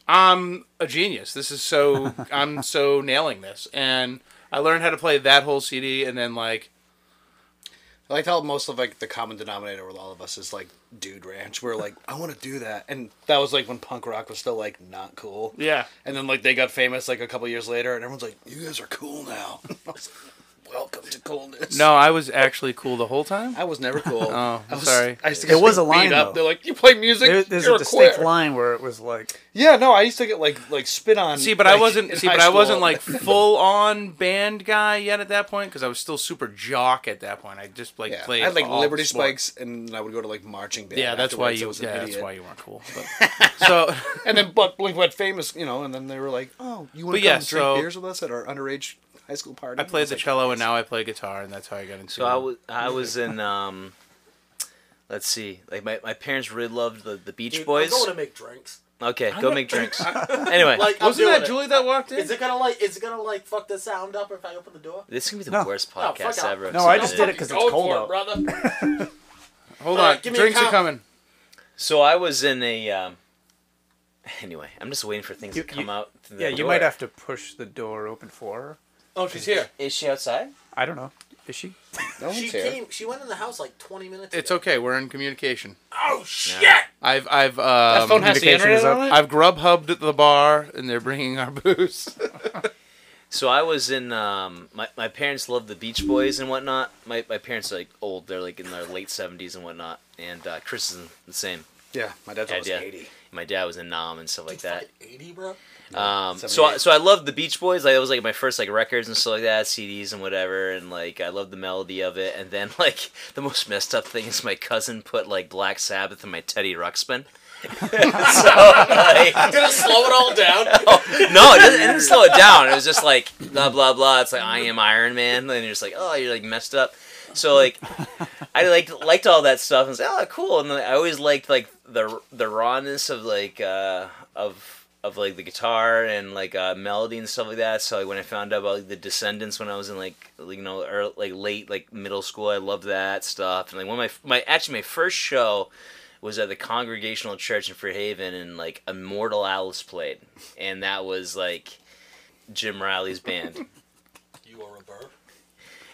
D: I'm a genius. This is so I'm so nailing this. And I learned how to play that whole CD and then like
F: I liked how most of like the common denominator with all of us is like dude ranch. We're like, I want to do that, and that was like when punk rock was still like not cool.
D: Yeah.
F: And then like they got famous like a couple years later, and everyone's like, you guys are cool now. I was like, Welcome to coolness.
D: No, I was actually cool the whole time.
F: I was never cool.
D: Oh,
F: I was,
D: sorry.
F: I used to
A: There
F: get
A: was a
F: like,
A: line,
F: beat Up.
A: though.
F: They're like, you play music.
A: There, there's
F: You're
A: a distinct
F: queer."
A: line where it was like,
F: Yeah, no, I used to get like like spit on.
D: See, but I
F: Um, like,
D: wasn't.
F: in
D: See,
F: high
D: but I wasn't
F: school.
D: like full on band guy yet at that point because I was still super jock at that point. I just like
F: Yeah. I
D: played.
F: had like
D: all
F: Liberty
D: sports.
F: Spikes, and I would go to like marching band.
D: Yeah, that's why
F: afterwards. I
D: you.
F: was an
D: Yeah, that's
F: idiot.
D: why you weren't cool. But, so,
F: And then, but Blink went famous, you know. And then they were like, "Oh, you want
D: But
F: to
D: yeah,
F: come drink
D: so-
F: beers with us at our underage high school party?"
D: I played
F: was
D: the
F: like,
D: cello and now I play guitar, and that's how I got into.
C: So I was I was in um, let's see, like my, my parents really loved the, the Beach
B: Dude,
C: Boys.
B: I'm going to make drinks.
C: Okay, go make drinks. anyway,
B: Like, I'm
D: Wasn't
B: doing
D: that
B: it.
D: Julie that walked in?
B: Is it gonna like? Is it gonna like fuck the sound up if I open the door?
C: this is gonna be the
A: No.
C: worst
B: No, fuck
C: podcast
B: off.
C: ever.
A: No, I
C: So
A: just
C: then-
A: did it 'cause it's
B: Go
A: cold
B: for it,
A: out.
B: brother.
D: Hold
B: Uh,
D: on,
B: give me a
D: drinks are
B: cup.
D: coming.
C: So I was in a. Um, anyway, I'm just waiting for things
A: You-
C: to come
A: you-
C: out. through the
A: yeah, you
C: door.
A: might have to push the door open for her.
D: Oh, she's here.
C: Is she outside?
A: I don't know. Is she?
F: No one's
B: She
F: here.
B: came. She went in the house like 20 minutes.
D: It's
B: ago.
D: okay. We're in communication.
B: Oh shit!
D: I've I've um,
F: phone has the
A: communication
F: internet
A: is up.
F: on it.
D: I've grub hubbed at the bar, and they're bringing our booze.
C: So I was in. Um, my my parents loved the Beach Boys and whatnot. My my parents are like old. They're like in their late 70s and whatnot. And uh, Chris is the same.
F: Yeah, my dad's almost
C: idea.
F: eighty.
C: My dad was in Nam and stuff like that.
B: Fucking 80, bro.
C: Um, so I,
F: 78.
C: so I loved the Beach Boys. Like it was like my first like records and stuff like that, CDs and whatever. And like I loved the melody of it. And then like the most messed up thing is my cousin put like Black Sabbath in my Teddy Ruxpin. so like, Oh,
B: Gonna slow it all down.
C: no, it didn't, it didn't slow it down. It was just like blah blah blah. It's like I am Iron Man, and you're just like, oh, you're like messed up. So like, I liked liked all that stuff and was like, oh, cool. And then I always liked like the the rawness of like uh, of of like the guitar and like uh, melody and stuff like that. So like when I found out about like, the Descendants when I was in like like, you know or like late like middle school, I loved that stuff. And like one of my my actually my first show was at the Congregational Church in Fairhaven, and like Immortal Alice played, and that was like Jim Riley's band,
B: You are a bird.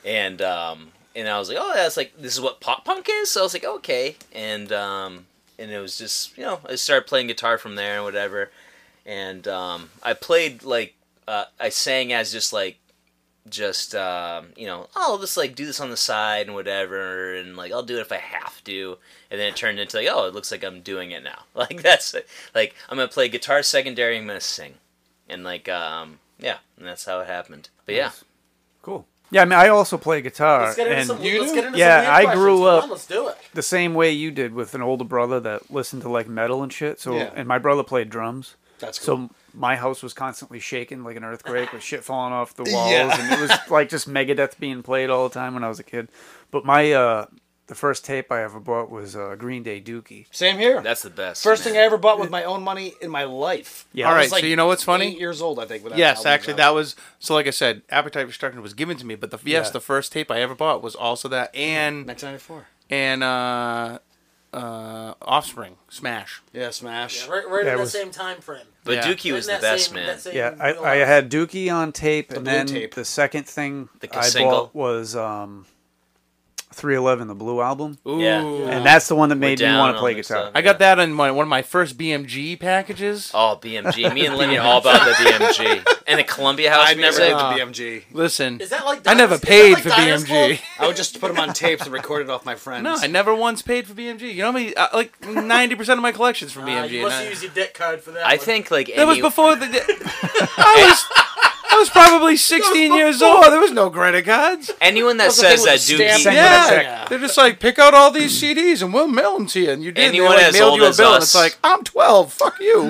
C: and um, and I was like, oh, that's like this is what pop punk is. So I was like, okay, and um, and it was just you know I started playing guitar from there and whatever, and um, I played like uh, I sang as just like just um, you know I'll just like do this on the side and whatever, and like I'll do it if I have to. And then it turned into like, oh, it looks like I'm doing it now. Like that's it. like I'm gonna play guitar secondary. I'm gonna sing, and like um yeah, and that's how it happened. But yeah,
A: Cool. Yeah, I mean, I also play guitar.
B: Let's get into
A: Uh, and
B: some.
F: you
B: let's
F: do?
B: get into
A: Yeah,
B: some weird
A: I
B: questions.
A: grew
B: Come on,
A: up-
B: let's do it.
A: the same way you did with an older brother that listened to like metal and shit. So,
F: Yeah.
A: and my brother played drums.
F: That's cool.
A: So my house was constantly shaking like an earthquake with shit falling off the walls,
F: Yeah.
A: and it was like just Megadeth being played all the time when I was a kid. But my uh, the first tape I ever bought was uh, Green Day Dookie.
F: Same here.
C: that's the best.
F: First
C: man.
F: thing I ever bought with my own money in my life.
A: Yeah.
D: All
A: I
D: right.
A: was,
D: so you know what's funny?
F: Eight years old, I think. When that
D: Yes,
F: album
D: actually,
F: was
D: that
F: out.
D: was so. Like I said, Appetite for Destruction was given to me, but the yes,
A: Yeah.
D: the first tape I ever bought was also that and
F: 1994.
D: and uh, uh, Offspring Smash.
F: Yeah, Smash.
B: Yeah, right, right
A: Yeah,
B: in
A: it
B: that
A: was-
B: same time frame.
C: But
D: Yeah.
C: Dookie was the best man.
A: Yeah, I, I had Dookie on tape, and
F: blue
A: then
F: tape.
A: the second thing
C: The
A: I
C: single.
A: bought was um, 311, the Blue Album,
D: Ooh.
C: Yeah.
A: and that's the one that made me
C: down
A: want
C: on
A: to play
C: this
A: guitar.
C: stuff.
D: I got that in my, one of my first BMG packages.
C: Oh, BMG. Me and Lenny are all about the BMG. And the Columbia House
F: I never
C: music.
F: did the
D: uh,
F: BMG.
D: Listen,
B: Is that like?
D: I never
B: Diners- is
D: paid
B: that like
D: for
B: Diners
D: BMG.
B: Club?
F: I would just put them on tapes and record it off my friends.
D: No, I never once paid for BMG. You know me, uh, like ninety percent of my collections from
B: Nah,
D: BMG.
B: Ah, you
D: and
B: must
D: I-
B: use your debt card for that.
C: I
B: one.
C: think like any.
D: that was before the. I was, I was probably sixteen years old. There was no credit cards.
C: anyone that
F: was the thing
C: says
F: with
C: that
F: the
C: Dookie.
F: stamp
A: Send with a
D: Yeah,
A: check.
D: they're just like pick out all these CDs and we'll mail them to you. And you did. and they,
C: Anyone
D: like,
C: as
D: mailed
C: old
D: you a
C: as
D: bill, and
C: us.
D: it's like I'm 12. Fuck you.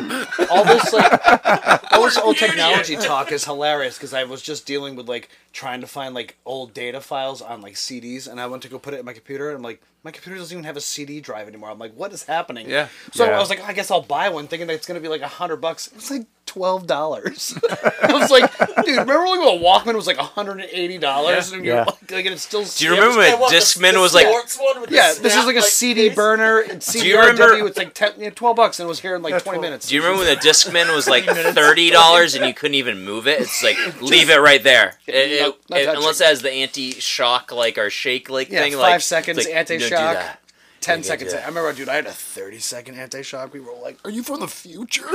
F: all this like all this old technology talk is hilarious because I was just dealing with like trying to find like old data files on like CDs, and I went to go put it in my computer, and I'm like, my computer doesn't even have a CD drive anymore. I'm like, what is happening?
D: Yeah.
F: So
A: Yeah.
F: I was like, I guess I'll buy one, thinking that it's gonna be like a hundred bucks. It's like. twelve dollars. I was like, dude, remember when a Walkman was like hundred and eighty dollars, and you're
A: Yeah.
F: like, like, and it's still.
C: Do you remember
B: Yeah,
C: when
B: what, the-
C: Discman
B: the
C: was like?
B: sports one with the
F: Yeah, this is
B: snap,
F: like a CD
B: this?
F: burner. It's
C: Do you remember-
F: CDRW. It's like 10, yeah, 12 bucks, and it was here in like
D: That's
F: 20
D: twelve.
F: minutes.
C: Do you remember when the Discman was like thirty dollars and you couldn't even move it? It's like leave it right there, It- it-
F: Not- not
C: it-
F: touching.
C: unless it has the anti-shock like or shake like
F: Yeah,
C: thing.
F: five
C: like,
F: seconds,
C: it's like, don't do
F: anti-shock.
C: that.
F: 10
C: Yeah,
F: seconds.
C: yeah.
F: I remember, dude, I had a 30 second anti shock. We were like, are you from the future?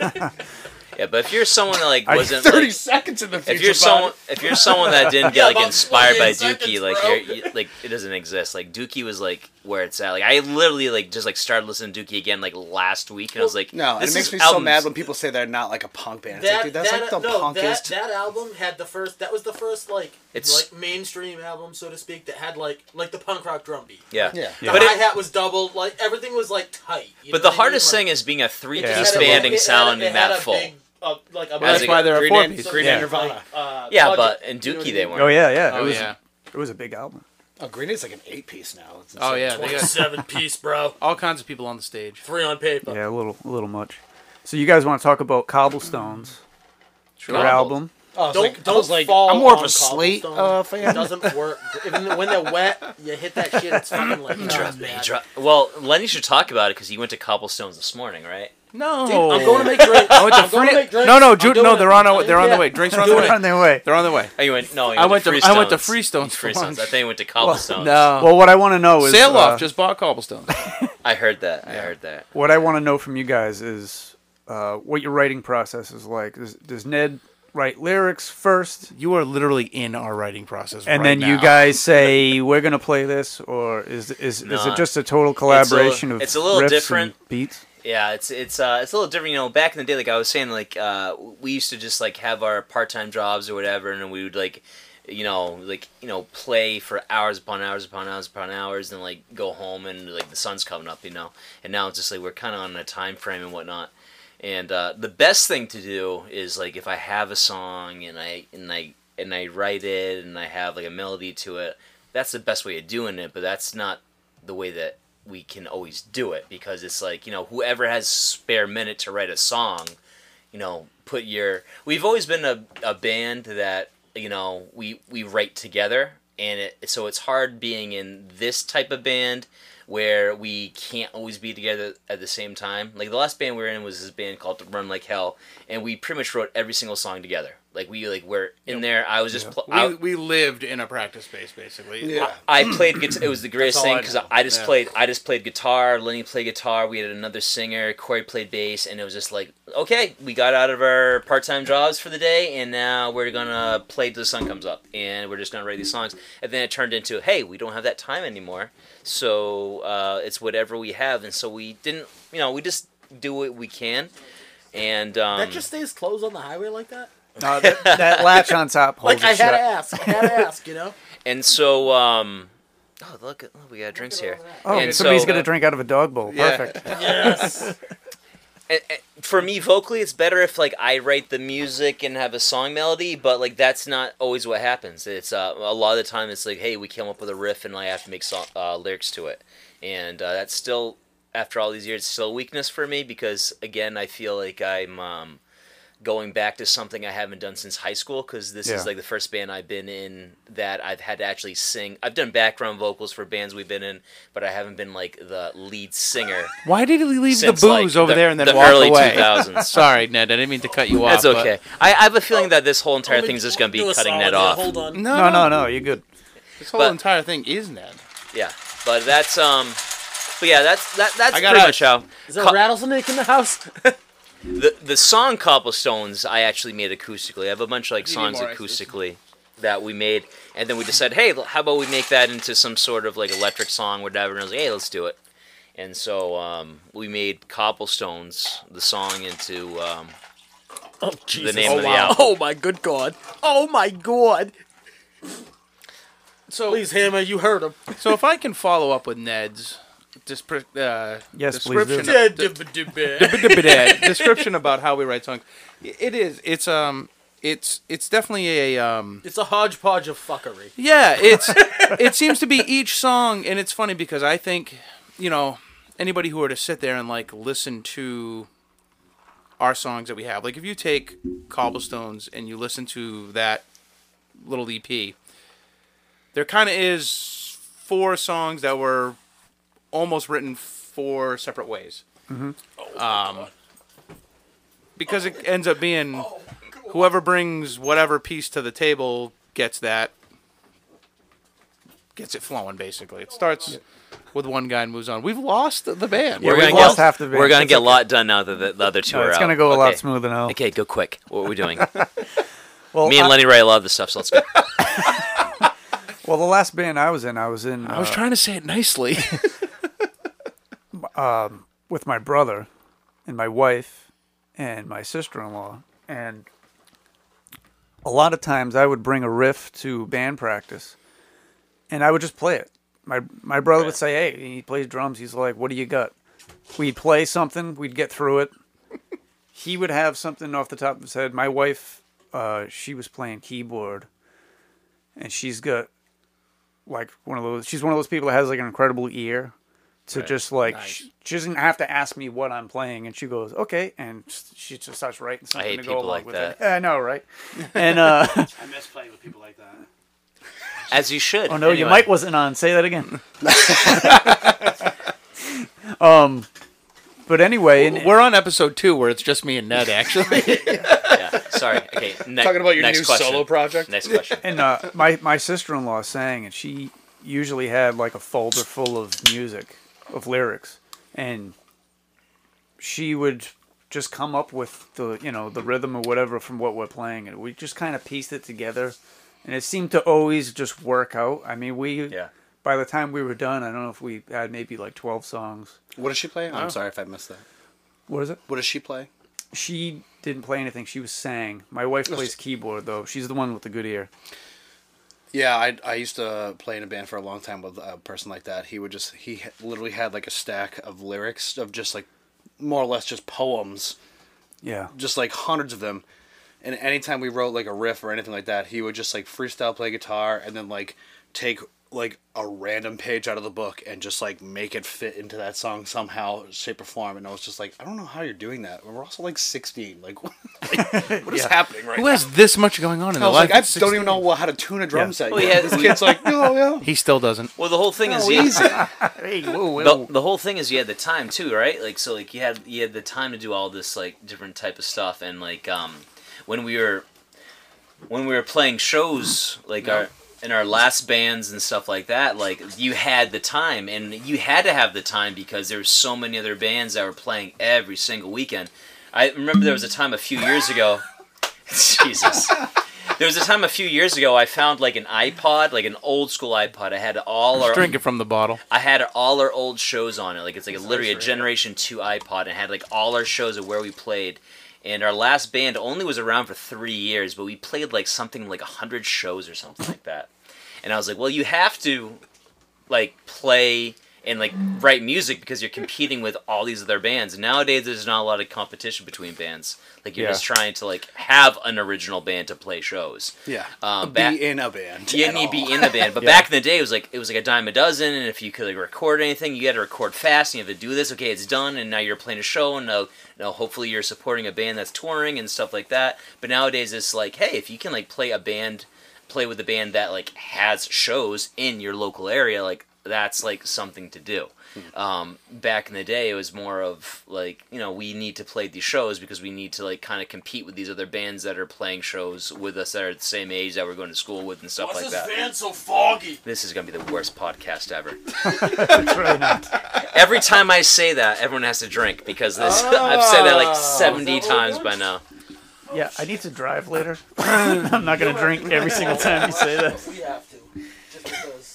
C: Yeah, but if you're someone that like wasn't
F: 30
C: like,
F: seconds in the future.
C: if you're
F: bud.
C: someone if you're someone that didn't get like
B: about
C: inspired by
B: 28 seconds,
C: Dookie, like
B: bro.
C: you're, you, like it doesn't exist. Like Dookie was like where it's at. Like I literally like just like started listening to Dookie again like last week, and I was like,
F: No, and
C: this
F: it makes
C: is
F: me so
C: albums.
F: mad when people say they're not like a punk band. It's
B: That,
F: like, dude, that's
B: that,
F: like the
B: no,
F: punkest.
B: That, that album had the first. That was the first like
C: It's-
B: like mainstream album, so to speak, that had like like the punk rock drum beat.
C: Yeah,
F: Yeah.
B: The
C: But
B: hi
C: it,
B: hat was doubled. Like everything was like tight. you
C: but
B: know
C: the
B: what I mean?
C: hardest
B: Like,
C: thing is being a three
D: Yeah.
C: piece
D: It's a-
C: banding
B: it had a-
C: sound
B: it
C: and
B: had
C: that
B: a
C: full.
B: big, uh, like a
D: That's
C: like
D: why they're a
F: Green
D: four
F: Ant-
D: piece.
B: some
F: Green
D: yeah.
B: kind of, like, uh,
C: yeah,
B: budget.
C: but in Dookie they weren't.
A: Oh yeah, yeah. It
D: Oh
A: was
D: yeah.
A: it was a big album.
F: oh, Green Day's like an eight piece now. It's
D: Oh
F: insane.
D: yeah. They got
B: seven piece, bro.
D: all kinds of people on the stage.
B: Three on paper.
A: Yeah, a little, a little much. So you guys want to talk about Cobblestones,
D: Sure.
A: your album?
F: Oh, I was
B: Don't
F: like, I
B: don't
F: was like,
B: fall.
F: I'm more of
B: on
F: a slate
B: cobblestone. It
F: uh, fan.
B: doesn't work. Even when they're wet, you hit that shit. It's fucking like.
C: Drop
B: oh,
C: me,
B: man.
C: drop- Well, Lenny should talk about it because he went to Cobblestones this morning, right?
D: No.
B: I'm going to make drinks.
D: I went to
B: I'm going to
D: Fran-
B: make drinks.
D: No, no,
B: I'm
D: Ju-
B: doing
D: no.
B: it.
D: They're on. the- They're on the
B: Yeah.
D: way. Drinks are on the
A: They're on
D: way.
A: their way.
D: They're on the way.
C: Oh, you went no. You
D: I went to- I went to
C: Freestones.
D: Freestones for
C: Freestones.
D: lunch.
C: I think I went to Cobblestones.
D: No.
A: Well, what I want to know is
D: Uh, Sail
A: uh,
D: off just bought cobblestone.
C: I heard that. I heard that.
A: What I want to know from you guys is uh, what your writing process is like. Does, does Ned write lyrics first,
D: you are literally in our writing process.
A: and
D: right
A: then you
D: now.
A: guys say we're gonna play this, or is is is
C: Nah.
A: it just a total collaboration of
C: it's a little
A: riffs and
C: different.
A: beats?
C: Yeah, it's it's uh, it's a little different. You know, back in the day, like I was saying, like uh, we used to just like have our part time jobs or whatever, and we would like, you know, like you know, play for hours upon hours upon hours upon hours, and like go home and like the sun's coming up, you know. And now it's just like we're kind of on a time frame and whatnot. And uh, the best thing to do is like if I have a song and I and I and I write it and I have like a melody to it, that's the best way of doing it. But that's not the way that we can always do it because it's like you know whoever has spare minute to write a song you know put your we've always been a, a band that you know we we write together and it so it's hard being in this type of band where we can't always be together at the same time like the last band we were in was this band called run like hell and we pretty much wrote every single song together like we like were in there i was just pl- I-
D: We, we lived in a practice space basically.
F: Yeah.
C: I played guitar. It was the greatest
D: all
C: thing
D: I
C: because I,
D: know.
C: just
D: Yeah.
C: played. I just played guitar. Lenny played guitar. We had another singer. Corey played bass, and it was just like, okay, we got out of our part-time jobs for the day, and now we're gonna play till the sun comes up, and we're just gonna write these songs. And then it turned into, hey, we don't have that time anymore, so uh, it's whatever we have. And so we didn't, you know, we just do what we can, and um,
B: That just stays closed on the highway like that.
A: No, that, that latch on top holds
B: Like I
A: it
B: had to
A: shut.
B: ask. I had to ask. You know.
C: and so um, oh look, look, we got drinks here.
A: Oh,
C: and
A: somebody's
C: so-
A: gonna drink out of a dog bowl.
D: Yeah.
A: Perfect.
B: Yes.
C: and, and for me vocally it's better if like i write the music and have a song melody but like that's not always what happens it's uh, a lot of the time it's like hey we came up with a riff and i have to make song, uh, lyrics to it and uh, that's still after all these years still a weakness for me because again i feel like i'm um, going back to something i haven't done since high school because this
A: Yeah.
C: is like the first band i've been in that i've had to actually sing i've done background vocals for bands we've been in but i haven't been like the lead singer
D: Why did he leave
C: Since,
D: the booze
C: like,
D: over
C: the-
D: there and then
C: the
D: walk
C: early
D: away?
C: 2000s.
D: Sorry, Ned. I didn't mean to cut you off.
C: That's okay. I, I have a feeling that this whole entire
B: Let me
C: thing is just going to
B: do
C: be
B: a
C: cutting
B: solid
C: that
B: here.
C: off.
B: Hold on.
D: No,
A: No, no, no. You're good.
D: This whole
C: But-
D: entire thing is Ned.
C: Yeah, but that's um, but yeah, that's that that's
D: I
C: pretty
D: got a-
C: much how
B: Is there
C: Co-
B: a rattlesnake in the house?
C: the the song "Cobblestones" I actually made acoustically. I have a bunch of like
D: You need
C: songs
D: more ice, this
C: acoustically that we made, and then we decided, hey, l- how about we make that into some sort of like electric song, whatever. And I was like, hey, let's do it. And so um, we made "Cobblestones" the song into um,
B: oh Jesus.
C: name
B: oh,
C: of the
B: wow.
C: album.
B: Oh my good god. Oh my god.
D: So,
B: Please, Hammer, you heard him.
D: so if I can follow up with Ned's despre- uh,
A: Yes, please do.
D: description
B: Yeah, dibba-dibba.
D: description about how we write songs. It is. It's um. It's it's definitely a um.
B: it's a hodgepodge of fuckery.
D: Yeah. It's it seems to be each song, and it's funny because I think, you know, anybody who were to sit there and like listen to our songs that we have. Like if you take Cobblestones and you listen to that little EP, there kind of is four songs that were almost written four separate ways. Um, because it ends up being whoever brings whatever piece to the table gets that gets it flowing basically it starts with one guy and moves on we've lost the band
A: Yeah,
C: we're
A: we
C: gonna
A: lost
C: get,
A: half the band.
C: We're gonna
A: It's
C: get a lot done now that the, the other two
A: No,
C: are
A: it's
C: out.
A: gonna go a lot
C: Okay.
A: smoother now.
C: Okay, go quick. What are we doing?
A: Oh. Well,
C: Me and
A: I-
C: Lenny Ray love this stuff, so let's go.
A: well, the last band I was in, I was in.
D: i was
A: uh,
D: trying to say it nicely
A: with my brother and my wife and my sister-in-law and a lot of times I would bring a riff to band practice and I would just play it. My my brother would say, "Hey, he plays drums." He's like, "What do you got?" We'd play something, we'd get through it. he would have something off the top of his head. My wife, uh, she was playing keyboard and she's got like one of those she's one of those people that has like an incredible ear to just like sh she, doesn't have to ask me what I'm playing, and she goes okay, and s- she just starts writing something
C: hate
A: to go
C: people
A: along
C: like
A: with
C: that.
A: it. I know, right? and uh,
H: I miss playing with people like that.
C: As you should.
A: oh no, your
C: Anyway.
A: mic wasn't on. Say that again. um, Um, but anyway, and,
D: we're on episode two where it's just me and ned actually
C: Yeah. Sorry. Okay. Ne-
F: Talking about your
C: next
F: new
C: question.
F: solo project.
C: Next question.
A: and uh, my my sister in law sang, and she usually had like a folder full of music, of lyrics, and she would just come up with the you know the rhythm or whatever from what we're playing, and we just kind of pieced it together, and it seemed to always just work out. I mean, we
C: Yeah.
A: by the time we were done, I don't know if we had maybe like twelve songs.
F: What does she play? I'm sorry if I missed that.
A: What is it?
F: What does she play?
A: She didn't play anything. She was sang. My wife plays keyboard though. She's the one with the good ear.
F: Yeah, I, I used to play in a band for a long time with a person like that. He would just he ha- literally had like a stack of lyrics of just like more or less just poems,
A: Yeah.
F: just like hundreds of them. And anytime we wrote like a riff or anything like that, he would just like freestyle play guitar and then like take like a random page out of the book and just like make it fit into that song somehow, shape or form. And I was just like, I don't know how you're doing that. We're also like 16. Like, what, like, what is happening right
D: who
F: now?
D: has this much going on in
F: I
D: their
F: was
D: life
F: like, I
D: at
F: don't
D: 16?
F: even know what, how to tune a drum
A: Yeah.
F: set.
C: Well,
F: yet.
C: yeah,
F: this
C: we-
F: kid's like, no, yeah.
D: he still doesn't
C: Well, the whole thing is
F: Oh,
C: you-
F: easy.
A: Hey, whoa, whoa.
C: the, the whole thing is you had the time too, right? Like so, like you had you had the time to do all this like different type of stuff, and like um, when we were when we were playing shows, like our in our last bands and stuff like that, like you had the time, and you had to have the time because there were so many other bands that were playing every single weekend. I remember there was a time a few years ago. Jesus. There was a time a few years ago I found like an iPod, like an old school iPod. I had all our
D: drink it from the bottle
C: I had all our old shows on it. Like it's like literally a Generation Two iPod, and it had like all our shows of where we played. And our last band only was around for three years, but we played like something like hundred shows or something like that. And I was like, well, you have to like play and like write music because you're competing with all these other bands. Nowadays, there's not a lot of competition between bands. Like you're
A: Yeah.
C: just trying to like have an original band to play shows.
F: Yeah.
C: Um,
F: be
C: back-
F: in a band.
C: you
F: at
C: didn't need to
F: all.
C: be in the band. But back in the day, it was like it was like a dime a dozen, and if you could like record anything, you had to record fast, and you have to do this. Okay, it's done, and now you're playing a show, and now, now hopefully you're supporting a band that's touring and stuff like that. But nowadays, it's like, hey, if you can like play a band, play with a band that like has shows in your local area, like that's like something to do. Um, back in the day, it was more of like you know we need to play these shows because we need to like kind of compete with these other bands that are playing shows with us that are the same age that we're going to school with and stuff
B: Why's
C: like
B: this
C: that.
B: van so foggy?
C: This is gonna be the worst podcast ever. Every time I say that, everyone has to drink because this I've said that like seventy times by now.
A: Yeah, I need to drive later. I'm not gonna drink every single time you say that.
B: We have to, just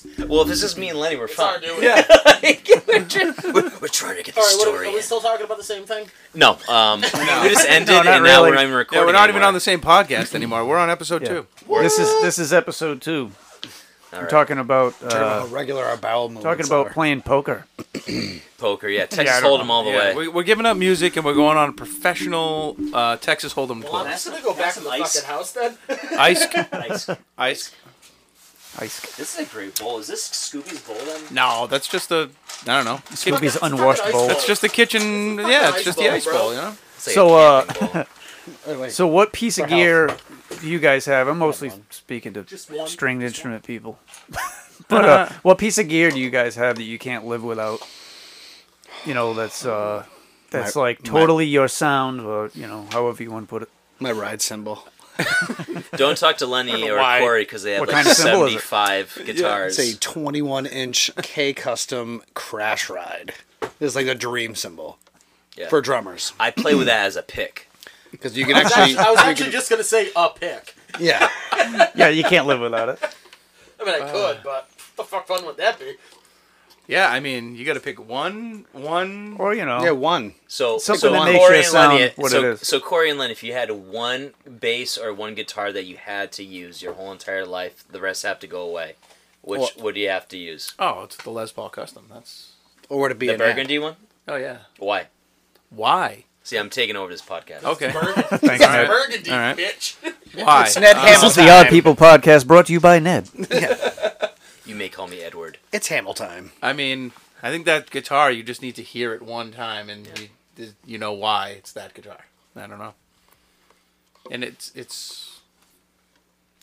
B: because.
C: Well, if it's just me and Lenny, we're
B: It's hard
C: fine.
B: doing. Yeah.
C: we're, just- we're- we're trying to get the
B: All right, what are,
C: story
B: we- are
C: in.
B: we still talking about the same thing?
C: No, um, we just ended
A: No, not
C: and now
A: really.
C: we're not even recording.
D: yeah we're not even
C: anymore.
D: on the same podcast anymore we're on episode two
A: This is this is episode two.
C: All
A: We're
C: right.
A: talking about
F: Talking about
A: uh,
F: how regular our bowel movements
A: talking about
F: are.
A: playing poker.
C: poker. Yeah,
A: Yeah, I
C: Texas
A: don't
C: hold 'em all the
D: yeah,
C: way.
D: we, we're giving up music and we're going on a professional uh, texas hold'em
B: Well, I'm
D: tour
B: just gonna go back to the
C: ice.
B: fucking house then.
D: ice
C: Nice.
D: ice
A: Ice
C: This is a great bowl. Is this Scooby's bowl? Then
D: no that's just a i don't know
A: Scoopy's
B: fucking
A: unwashed
B: ice
A: bowl.
B: ball.
D: It's just the kitchen.
B: fucking
D: yeah, it's
B: ice
D: just
B: bowl,
D: the ice
B: bro.
D: bowl. You know.
C: It's like
A: So,
C: a
A: uh,
C: cannonball.
F: Anyway,
A: So, what piece of
F: For health.
A: gear do you guys have? I'm mostly
F: one.
A: speaking to
B: Just one,
A: stringed
B: just
A: instrument people. but uh, what piece of gear do you guys have that you can't live without? You know, that's uh, that's
F: My-
A: like
F: my-
A: totally your sound, or you know, however you want to put it.
F: my ride symbol.
C: Don't talk to Lenny or
D: why-
C: Corey because they have
A: what
C: like
A: kind of symbol is it?
C: 75 guitars.
F: It's a 21 inch K custom crash ride. It's like the dream symbol
C: Yeah.
F: for drummers
C: I play with that as a pick.
F: because you can actually,
B: I was
F: you
B: actually
F: can-
B: just gonna say a pick.
F: yeah.
A: Yeah, you can't live without it.
B: I mean, I
C: Uh.
B: could, but what the fuck fun would that be?
D: Yeah, I mean, you got to pick one, one.
A: Or you know, Uh,
F: Yeah, one.
C: So,
A: Something
C: so
A: that makes
C: Corey
A: your
C: and Lenny,
A: sound what
C: so,
A: it is.
C: so Corey and Lenny, if you had one bass or one guitar that you had to use your whole entire life, the rest have to go away. Which
F: Well-
C: what do you have to use?
D: Oh, it's the Les Paul Custom. That's
F: Or to be
C: The
F: an amp.
C: burgundy one?
D: oh yeah.
C: Why?
D: Why?
C: See, I'm taking over this podcast.
D: Okay.
A: Thanks, Ned.
B: Burgundy,
D: All right.
B: bitch.
D: Why?
F: It's Ned
D: Uh,
A: This
F: Hamill
A: is the Odd
F: time.
A: People podcast, brought to you by Ned.
C: You may call me Edward.
F: It's Hamill time.
D: I mean, I think that guitar you just need to hear it one time and you, you know why it's that guitar. I don't know. And it's it's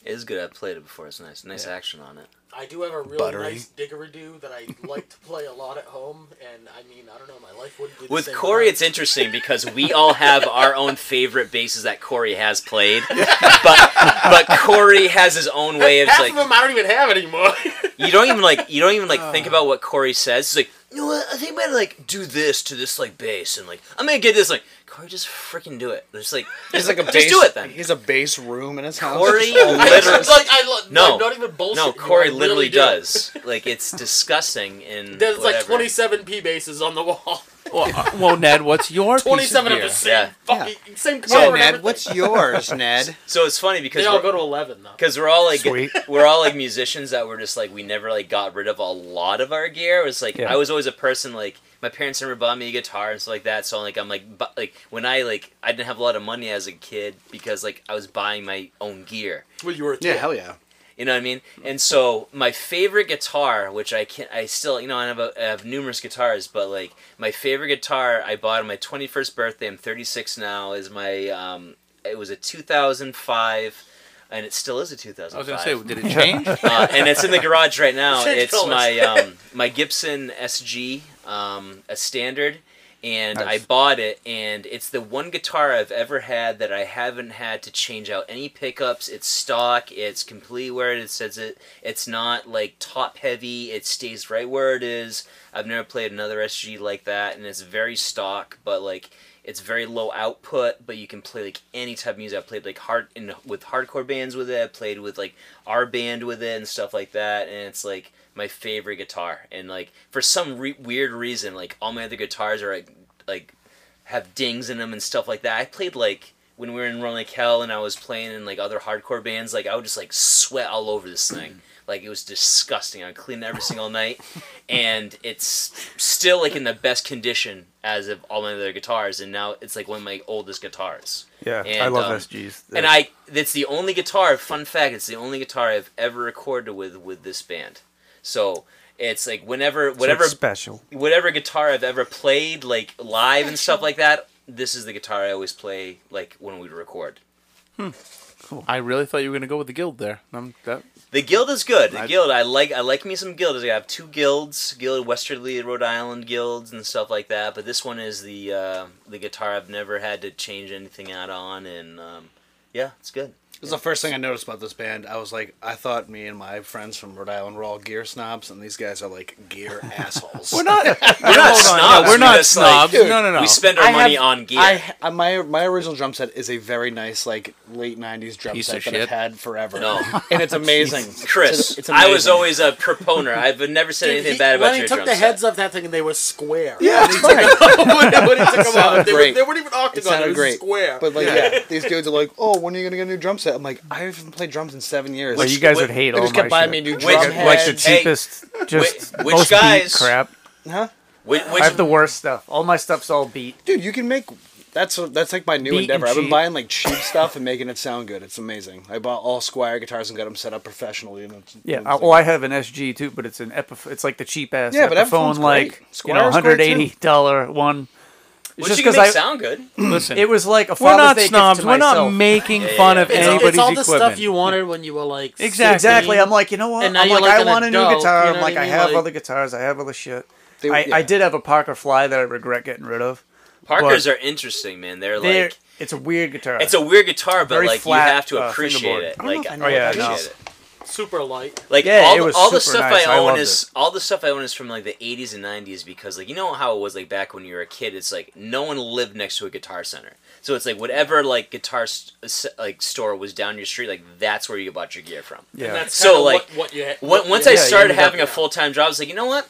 C: It is good. I played it before. It's nice. Nice action on it.
B: I do have a really
F: Buttery.
B: nice didgeridoo that I like to play a lot at home, and I mean, I don't know, my life wouldn't be the
C: With
B: same
C: Corey,
B: without
C: it's interesting because we all have our own favorite basses that Corey has played, but but Corey has his own way of
B: Half
C: like
B: of them I don't even have anymore.
C: you don't even like you don't even like
B: Uh.
C: think about what Corey says. He's like, you know what? I think I'm gonna like do this to this like bass and like I'm gonna get this like Corey just freaking do it. It's like
F: He's like a
C: just
F: base,
C: do it then.
F: He's a base room in his house.
C: Corey
B: I,
C: literally
B: it's like, I, lo-
C: no
B: I'm not even bullshit.
C: no
B: you, I
C: Corey
B: really
C: literally
B: do.
C: does like it's disgusting and
B: There's like
C: whatever.
B: 27 P bases on the wall.
D: well, uh, well, Ned, what's your piece
B: 27
D: of
B: of the
D: gear?
B: same
C: Yeah.
B: fucking same color.
F: So
B: and
F: Ned,
B: everything.
F: what's yours, Ned?
C: So it's funny
B: They
C: because
B: all
C: we're,
B: go to 11 though.
C: Because we're all like
A: Sweet.
C: we're all like musicians that were just like we never like got rid of a lot of our gear. It was like
A: Yeah.
C: I was always a person like my parents never bought me a guitar and stuff like that. So like I'm like bu- like when I like I didn't have a lot of money as a kid because like I was buying my own gear.
B: Well, you were a
F: Yeah,
B: twin.
F: hell yeah.
C: You know what I mean? And so my favorite guitar, which I can I still you know I have a, I have numerous guitars, but like my favorite guitar I bought on my 21st birthday. I'm 36 now. Is my um it was a 2005, and it still is a 2005
D: I was gonna say, did it change?
C: uh, and it's in the garage right now.
B: Change
C: It's
B: colours.
C: my um, my Gibson SG, um, a standard, and I bought it. And it's the one guitar I've ever had that I haven't had to change out any pickups. It's stock. It's completely where it says it. It's not like top heavy. It stays right where it is. I've never played another SG like that, and it's very stock, but like. It's very low output, but you can play like any type of music. I played like hard in, with hardcore bands with it. I played with like our band with it and stuff like that and it's like my favorite guitar and like for some re- weird reason like all my other guitars are like like have dings in them and stuff like that i played like when we were in Run Like Hell and I was playing in like other hardcore bands, like I would just like sweat all over this
A: Mm.
C: thing. Like it was disgusting. I would clean it every single night, and it's still like in the best condition as of all my other guitars. And now it's like one of my oldest guitars.
A: Yeah, I
C: And,
A: love
C: um,
A: SGs.
C: And I, it's the only guitar. Fun fact: it's the only guitar I've ever recorded with with this band. So it's like whenever,
A: So it's
C: whatever,
A: special.
C: whatever guitar I've ever played, like live and stuff like that. This is the guitar I always play, like when we record.
D: I really thought you were gonna go with the Guild there. Um, that-
C: The guild is good. The
D: I-
C: guild, I like. I like me some guilds. I have two guilds: guild Westerly, Rhode Island guilds, and stuff like that. But this one is the uh, the guitar I've never had to change anything out on, and um, yeah, it's good.
F: It was the first thing I noticed about this band. I was like, I thought me and my friends from Rhode Island were all gear snobs, and these guys are like gear assholes.
D: we're not.
C: We're not
D: Hold on,
C: snobs.
D: no, we're not
C: just, like,
D: snobs. No, no, no.
C: We spend our
F: I
C: money
F: have-
C: on gear.
F: I I- my my original drum set is a very nice like late '90s drum
D: Piece
F: set
D: of
F: that
D: shit.
F: I've had forever,
C: No.
F: and it's amazing.
C: Chris,
F: it's, it's
C: I was
F: amazing.
C: always a proponer. I've never said
B: Dude,
C: anything
B: he-
C: bad about
B: Lenny
C: your
B: took
C: drum
B: the
C: set.
B: heads off that thing and they were square.
F: yeah, it's fine.
B: when he took them off, they, were,
F: great.
B: they weren't even
F: It
B: octagon. It,
F: sounded
B: was
F: great.
B: square.
F: But like, yeah. these dudes are like, "Oh, when are you gonna get a new drum set?" I'm like, "I haven't played drums in seven years."
A: Well, you guys
C: which-
A: would hate
F: they
A: all
F: just
A: my
F: kept buying
A: shit.
F: me new
C: Which-
F: drum
C: which-
A: like the
F: heads.
C: Hey,
A: cheapest, just
C: which
A: most beat
C: guys-
A: crap.
F: huh?
C: Which, which,
A: I have the worst stuff. All my stuff's all beat.
F: Dude, you can make. That's that's like my new
A: Beat and
F: endeavor. I've been
A: cheat.
F: buying like cheap stuff and making it sound good. It's amazing. I bought all Squire guitars and got them set up professionally. And it's,
A: Yeah.
F: it's
A: I,
F: like-
A: well, I have an SG too, but it's an Epiph- It's like the cheap ass
F: Yeah, but
A: Epiphone,
F: Epiphone's great.
A: like you know,
F: Squire's
A: hundred
F: great, too.
A: eighty dollar one.
C: Which
A: just
C: you can
A: 'cause
C: make
A: I-
C: sound good.
D: Listen,
A: It was like a
D: we're
A: Father's
D: not
A: Day gift
D: snobs.
A: to
D: We're not
A: myself.
D: making
C: yeah,
D: fun
C: yeah.
D: of
C: It's
D: anybody's
B: it's all the
D: equipment.
B: stuff you wanted when you were like
D: Exactly.
A: Exactly. I'm like, you know what?
B: And now
A: I'm
B: you're
A: like, I
B: like an
A: want a new
B: adult,
A: guitar.
B: you
A: I'm
B: know
A: like,
B: what
A: I
B: I mean?
A: have
B: Like-
A: other guitars. I have other shit.
F: They-
A: I,
F: yeah.
A: I did have a Parker Fly that I regret getting rid of.
C: Parkers
A: But-
C: are interesting, man. They're
A: They're-
C: like
A: it's a weird guitar.
C: it's a weird guitar, but
A: Very
C: like
A: flat,
C: you have to
A: uh,
C: appreciate
A: fingerboard.
C: it.
A: I don't know
C: Like
A: if I know what
C: I
A: that
C: appreciate
A: is.
C: it.
B: super light.
C: Like
A: Yeah,
C: all,
A: it
C: the-
A: was
C: all the
A: super
C: stuff
A: nice. I
C: I own
A: loved
C: is all the stuff I own is from like the 80s and 90s because like you know how it was like back when you were a kid. It's like no one lived next to a guitar center, so it's like whatever like guitar st- s- like store was down your street, like that's where you bought your gear from.
A: yeah.
B: And that's
C: So,
B: kinda
C: like,
B: what, what you had,
C: When, once
A: Yeah,
C: I
A: you
C: started
A: ended up-
C: having a full time job, I was like, you know what?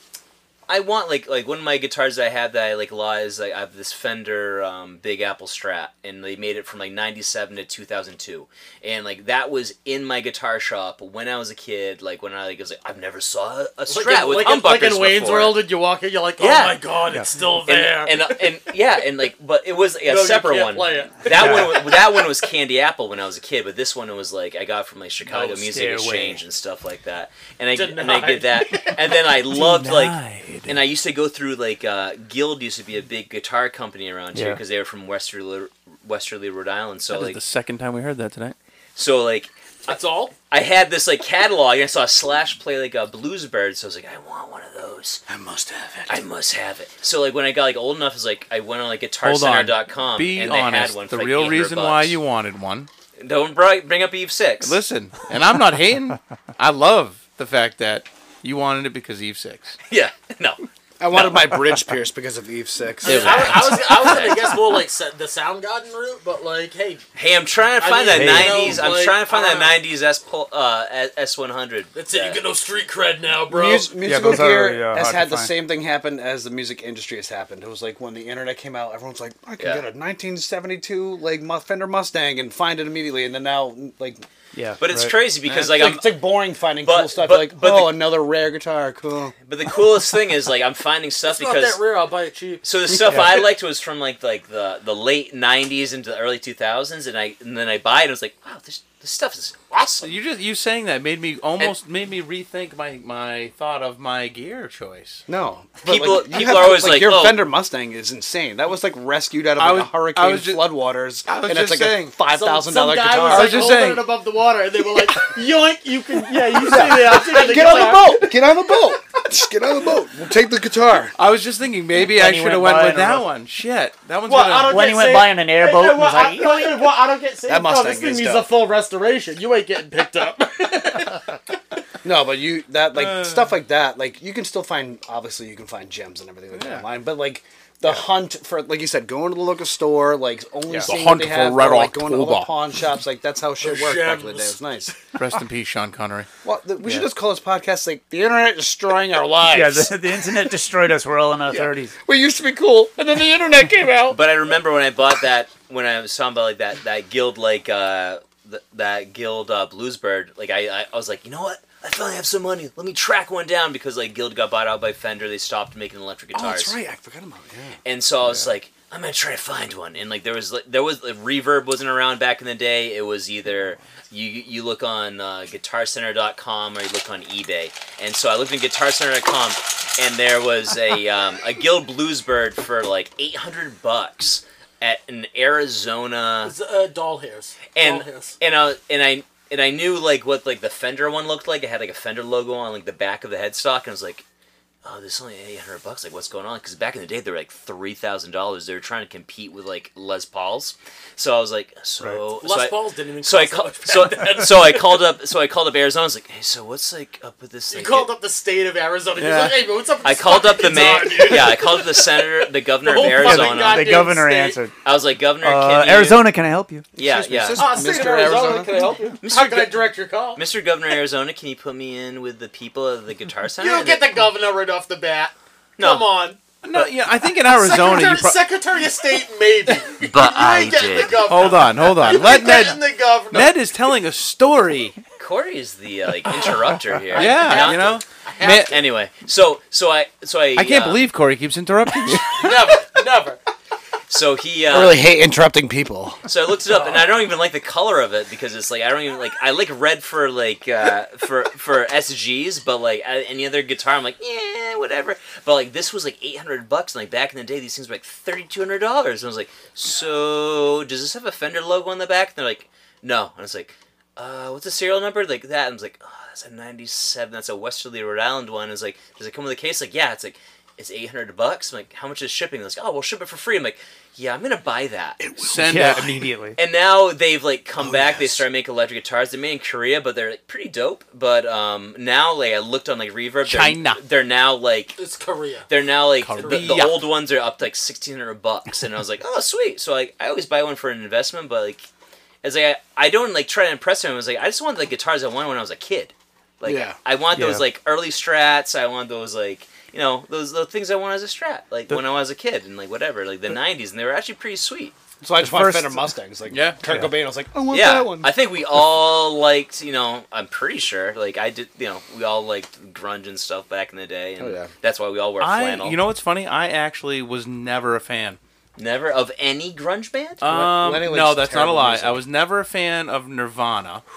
C: I want like like one of my guitars that I have that I like law is like I have this Fender um, Big Apple Strat, and they made it from like '97 to 2002, and like that was in my guitar shop when I was a kid. Like when I like was like I've never saw a Strat
B: like, in-
C: with
B: like, in-
C: humbuckers
B: like in Wayne's
C: before.
B: World, and you walk in, you're like, oh
C: Yeah.
B: my god, it's still
C: And,
B: there.
C: and and yeah, and like, but it was like, a
B: No, you
C: separate
B: can't
C: one.
B: play it.
C: That one, that one was Candy Apple when I was a kid, but this one was like I got from like Chicago
A: No
C: Music
A: stairway.
C: Exchange and stuff like that. And I and I
B: Denied.
C: did that, and then I loved like,
A: Denied.
C: and I used to go through like uh, Guild used to be a big guitar company around here
A: Yeah.
C: because they were from Westerly, Westerly, Rhode Island. So
D: That is
C: like,
D: the second time we heard that tonight.
C: so like
B: That's all.
C: I had this like catalog and I saw Slash play like a blues bird, so I was like, I want one of those. I must have it. I must have it. So like when I got like old enough, is like I went on like
D: Hold on.
C: guitarcenter.com
D: Be
C: Um, and they
D: honest.
C: had one.
D: the
C: for, like,
D: real
C: 800
D: reason why
C: bucks.
D: you wanted one.
C: don't bri- bring up Eve Six.
D: Listen, and I'm not hating. I love the fact that you wanted it because Eve six.
C: yeah, no,
F: I wanted my bridge pierced because of Eve Six.
B: I, I was, I was gonna guess more like sa- the Soundgarden route, but like, hey,
C: hey, I'm trying to
B: I
C: find
B: mean,
A: you
C: that
A: know,
C: '90s. I'm
B: like,
C: trying to find
B: I
C: that
B: don't know.
C: '90s S pol- uh, S 100.
B: that's it. You get no street cred now, bro.
F: Mus- musical
A: those are,
F: gear
A: yeah,
F: has
A: hard to
F: had the
A: find.
F: same thing happen as the music industry has happened. It was like when the internet came out, everyone's like, "I can
C: Yeah.
F: get a 1972 like Mu- Fender Mustang and find it immediately," and then now like
A: yeah,
C: But it's
A: right.
C: crazy because
F: like,
C: like I'm
F: it's like boring finding
C: but-
F: cool stuff.
C: but-
F: You're like,
C: but the-
F: oh, another rare guitar, cool.
C: but the coolest thing is like I'm finding stuff
B: it's not
C: because
B: that rare. I'll buy it cheap.
C: So the stuff
A: Yeah.
C: I liked was from like like the, the late '90s into the early 2000s, and I and then I buy it. I was like, wow, this this stuff is awesome.
D: You just you saying that made me almost made me rethink my my thought of my gear choice.
F: No,
C: People-
F: you
C: people
F: have-
C: are always like,
F: your
C: "Oh."
F: Fender Mustang is insane. That was like rescued out of
D: I
F: like,
D: was-
F: a
D: I
F: hurricane
D: was ju-
F: floodwaters,
D: I was
F: and
D: just
F: it's like
D: saying.
F: a five thousand
B: Some
F: dollar
B: guy
F: guitar.
B: was
D: I
B: like
D: was just
B: holding
D: saying.
B: it above the water, and they were like, "Yoink! You can, yeah, you see that? I'll take the
F: Get on
B: guitar."
F: the boat! Get on the boat! Just get on the boat. We'll take the guitar.
D: I was just thinking maybe I
A: Lenny
D: should have
A: went
D: went
A: by
D: with
A: and I
D: that
A: was-
D: one. Shit, that one's
B: Well,
D: gonna.
B: I don't
A: Lenny
B: get
A: went
B: saved.
A: by on an airboat and
B: Well,
A: was
B: I,
A: like,
B: no, no, well, I don't get saved.
F: That
B: No,
F: Mustang
B: this thing
F: is
B: needs a
F: dope.
B: full restoration. You ain't getting picked up.
F: No, but you that like stuff like that, like you can still find obviously you can find gems and everything like that
D: Yeah.
F: online, but like the hunt for like you said, going to the local store, like only
A: Yeah.
F: seeing
D: The
F: what
D: hunt
F: they
D: for
F: have,
D: Red
F: or, like going to
D: October.
F: other pawn shops, like that's how shit
B: The
F: worked back in the day.
B: gems.
F: It was nice.
D: Rest in peace, Sean Connery.
F: Well, the, we should
A: Yeah.
F: just call this podcast like the internet destroying our lives.
A: yeah, the, the internet destroyed us. We're all in our thirties.
F: we used to be cool, and then the internet came out.
C: But I remember when I bought that when I was talking about like that that guild like uh th- that guild uh, Bluesbird. Like I, I I was like, you know what? I finally have some money. Let me track one down because like Guild got bought out by Fender. They stopped making electric
F: Oh,
C: guitars.
F: that's right. I forgot about it. Yeah.
C: And so I was like, I'm gonna try to find one. And like there was like, there was like, reverb wasn't around back in the day. It was either you you look on uh, GuitarCenter.com or you look on eBay. And so I looked in GuitarCenter.com, and there was a um, a Guild Bluesbird for like 800 bucks at an Arizona
B: It's, uh, doll hairs.
C: and
B: doll hairs.
C: and I and I and I knew like what like the Fender one looked like. It had like a Fender logo on like the back of the headstock, and I was like, "Oh, this is only eight hundred bucks. Like, what's going on?" Because back in the day, they were like three thousand dollars. They were trying to compete with like Les Pauls. So I was like, "So, so
B: Les
C: I-
B: Pauls didn't even.
C: So I
B: cost that
C: called.
B: much back
C: So,
B: then.
C: so I called up. So I called up Arizona. I was like, "Hey, so what's like up with this?"
B: You
C: like,
B: called up the state of Arizona. He's like, hey, man, what's up? with
C: I
B: this
C: called up the
B: fucking Oh
C: man.
B: guitar, dude?"
C: Yeah, I called up the senator, the governor
B: whole
C: of
B: fucking
C: Arizona.
B: guy-
A: The
B: Goddamn
A: governor
B: state.
A: answered,
C: I was like, "Governor,
A: uh,
C: can you-
A: "Arizona, can I help you?"
C: Yeah,
F: Excuse me,
C: yeah.
F: sis-
B: Ah, state of
F: Mr.
B: Arizona,
F: Arizona?
B: can I help you? How can I direct your call?
C: Mr. Governor Arizona, can you put me in with the people of the Guitar Center?
B: You get the governor right off the bat.
C: No.
B: Come on.
D: No, yeah, I think in Arizona
B: Secretary,
D: you pro-
B: Secretary of State, maybe. you
C: But
B: ain't getting the governor.
D: Hold on, hold on.
B: You
D: Let
B: ain't
D: Ned.
B: getting the governor.
D: Ned is telling a story.
C: Corey is the uh, like interrupter here.
D: Yeah, you know. Man,
C: Anyway, so so I so I
D: I can't
C: uh,
D: believe Corey keeps interrupting. you.
B: Never, never.
C: So he. Uh,
F: I really hate interrupting people.
C: So I looked it up, and I don't even like the color of it because it's like I don't even like. I like red for like uh, for for SGs, but like uh, any other guitar, I'm like yeah, whatever. But like this was like 800 bucks, and like back in the day, these things were like 3,200 dollars. And I was like, so does this have a Fender logo on the back? And they're like, no. And I was like, uh, what's the serial number? Like that. And I was like, oh, that's a 97. That's a Westerly, Rhode Island one. It's like, does it come with a case? Like yeah. It's like. It's eight hundred bucks. I'm like, how much is shipping? They're like, oh, we'll ship it for free. I'm like, yeah, I'm gonna buy that.
D: Send
A: Uh,
D: it immediately.
C: And now they've like come back. They started making electric guitars. They made in Korea, but they're like pretty dope. But um, now like I looked on like Reverb, they're-
D: China.
C: They're, now like
B: It's Korea.
C: they're now like the, the
D: Korea.
C: old ones are up to like sixteen hundred bucks, and I was like, oh sweet. So like I always buy one for an investment, but like it's like I, I don't like try to impress him. I was like I just wanted the guitars I wanted when I was a kid. Like
F: Yeah.
C: I want those
A: Yeah.
C: like early Strats. I want those like. You know those those things I wanted as a strat, like when I was a kid, and like whatever, like the '90s, and they were actually pretty sweet.
F: So I just want
A: first-
F: Fender Mustangs. Like
D: Yeah.
F: Kurt
D: Yeah.
F: Cobain. I was like, I want
C: yeah,
F: that one.
C: I think we all liked, you know, I'm pretty sure, like I did, you know, we all liked grunge and stuff back in the day, and
F: Oh, yeah.
C: that's why we all wear
D: I,
C: flannel.
D: you know what's funny? I actually was never a fan.
C: never of any grunge band.
D: Um,
F: Lenny likes
D: no, that's not a
F: terrible
D: lie.
F: music.
D: I was never a fan of Nirvana.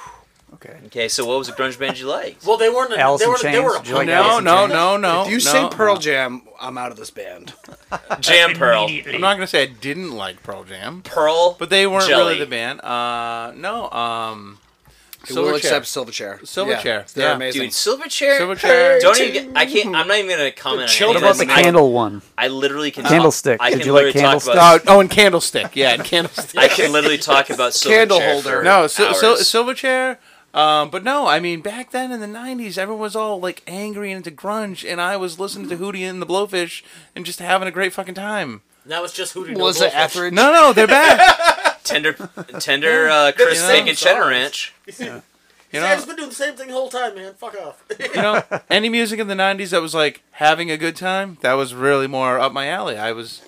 A: Okay.
C: okay, so what was a grunge band you liked?
B: Well, they weren't. A,
A: Alice
B: they
A: in
B: were. They
A: Chains?
B: were a
A: Did you
C: Oh
A: like
B: punk.
A: Alice
D: no,
A: in
D: no,
A: Chains?
D: no, no.
F: if you
D: no,
F: say Pearl
D: no.
F: Jam, I'm out of this band.
C: Jam Pearl,
D: I'm not gonna say I didn't like Pearl Jam,
C: Pearl,
D: but they weren't
C: Jelly.
D: really the band. Uh, no. Um,
F: So we'll
D: Silverchair.
F: accept Silverchair.
D: Silverchair.
F: Yeah, they're
D: Yeah.
F: amazing.
C: dude. Silverchair,
D: Silverchair.
C: Don't even. Get, I can't. I'm not even gonna
A: What
C: comment. on any
F: children.
C: of
A: about
C: this.
A: the
C: I-
A: candle one?
C: I, literally
D: Uh,
C: can.
A: Candlestick.
C: I
A: Did
C: can
A: you like
C: literally
A: Candlestick?
C: Talk
D: Oh,
C: about,
D: oh, and Candlestick. Yeah, and Candlestick.
C: I can literally talk about Silverchair
F: Candle holder.
C: for
D: No, so, so,
C: hours.
D: Silverchair. Um, but no, I mean back then in the '90s, everyone was all like angry and into grunge, and I was listening to Hootie and the Blowfish and just having a great fucking time.
B: Now it's just who
F: was it Etheridge?
D: No, no, they're back.
C: tender, tender uh, crisp
D: same
C: bacon cheddar
B: songs.
C: ranch.
D: You
B: I've
D: know,
B: just been doing the same thing the whole time, man. Fuck off.
D: you know, any music in the '90s that was like having a good time, that was really more up my alley. I was,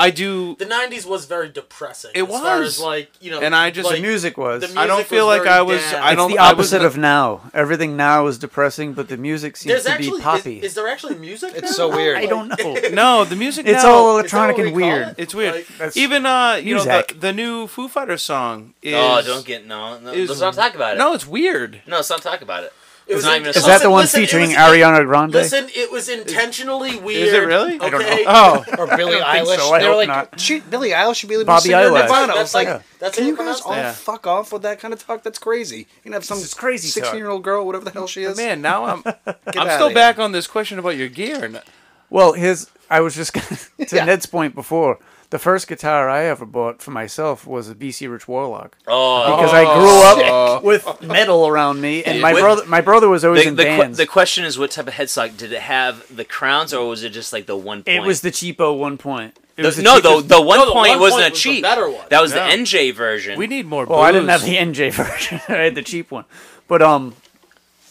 D: I do,
B: the '90s was very depressing.
D: It
B: as Far
D: was.
B: as like you know,
D: and I just
B: like,
A: Music was.
B: the mu-
D: I don't
B: music
D: feel
B: was
D: like
B: very
D: I was.
B: down.
D: I
B: It's
D: don't.
A: it's the
D: I was
A: opposite
D: the-
A: of now. Everything now is depressing, but the music seems
B: There's
A: to
B: actually
A: be poppy.
B: Is, is there actually music?
F: It's
B: now?
F: so weird.
A: I don't know.
D: No, the music.
A: It's
D: now-
A: all
B: Is that what
A: electronic and
B: we call
A: weird.
B: it?
D: It's weird.
B: Like-
A: That's-
D: Even uh, you know, the,
A: Muzak.
D: the new Foo Fighters song is.
C: Oh, don't get no. no
D: is-
C: let's not talk about it.
D: No, it's weird.
C: no, let's not talk about it.
B: It oh,
C: It's not even a
A: Is
C: song.
A: that the one
B: Listen, it
A: featuring
B: was-
A: Ariana Grande?
B: Listen, it was intentionally weird.
D: really?
B: Okay?
D: I don't
A: Oh,
F: Or Billie
A: I don't think
F: Eilish.
A: so. I
F: they were
A: hope
F: like,
A: not.
F: shoot, Billie Eilish should be the
A: Bobby
F: Bobby singer of
A: Eilish.
F: Nirvana. I
B: That's
F: was like,
B: like- that's
F: can
B: how
F: you
B: you
F: guys
B: pronounce
F: all
B: that.
D: Yeah.
F: fuck off with that kind of talk? That's crazy. You can have some
A: This is crazy talk.
F: sixteen-year-old girl, whatever the hell she is.
D: Man, now I'm. I'm
F: outta
D: still
F: here.
D: back on this question about your gear. And
A: Well, his I was just gonna, to
F: Yeah.
A: Ned's point before. The first guitar I ever bought for myself was a BC Rich Warlock
C: Oh,
A: because I grew
B: Oh,
A: up with metal around me, and my
C: With-
A: brother my brother was always
C: the,
A: in
C: the, que-
A: bands.
C: the question is, what type of headstock did it have? The crowns, or was it just like the one point?
A: it was the cheapo one point. It
C: The-
A: was the
C: no, the,
A: cheapest-
C: the one
B: No, the
C: point
B: one
C: wasn't
B: point
C: a
B: was the
C: cheap.
B: better one.
C: That was
D: No.
C: the NJ version.
D: we need more.
A: Well, I didn't
D: booze.
A: have the NJ version. I had the cheap one, but um,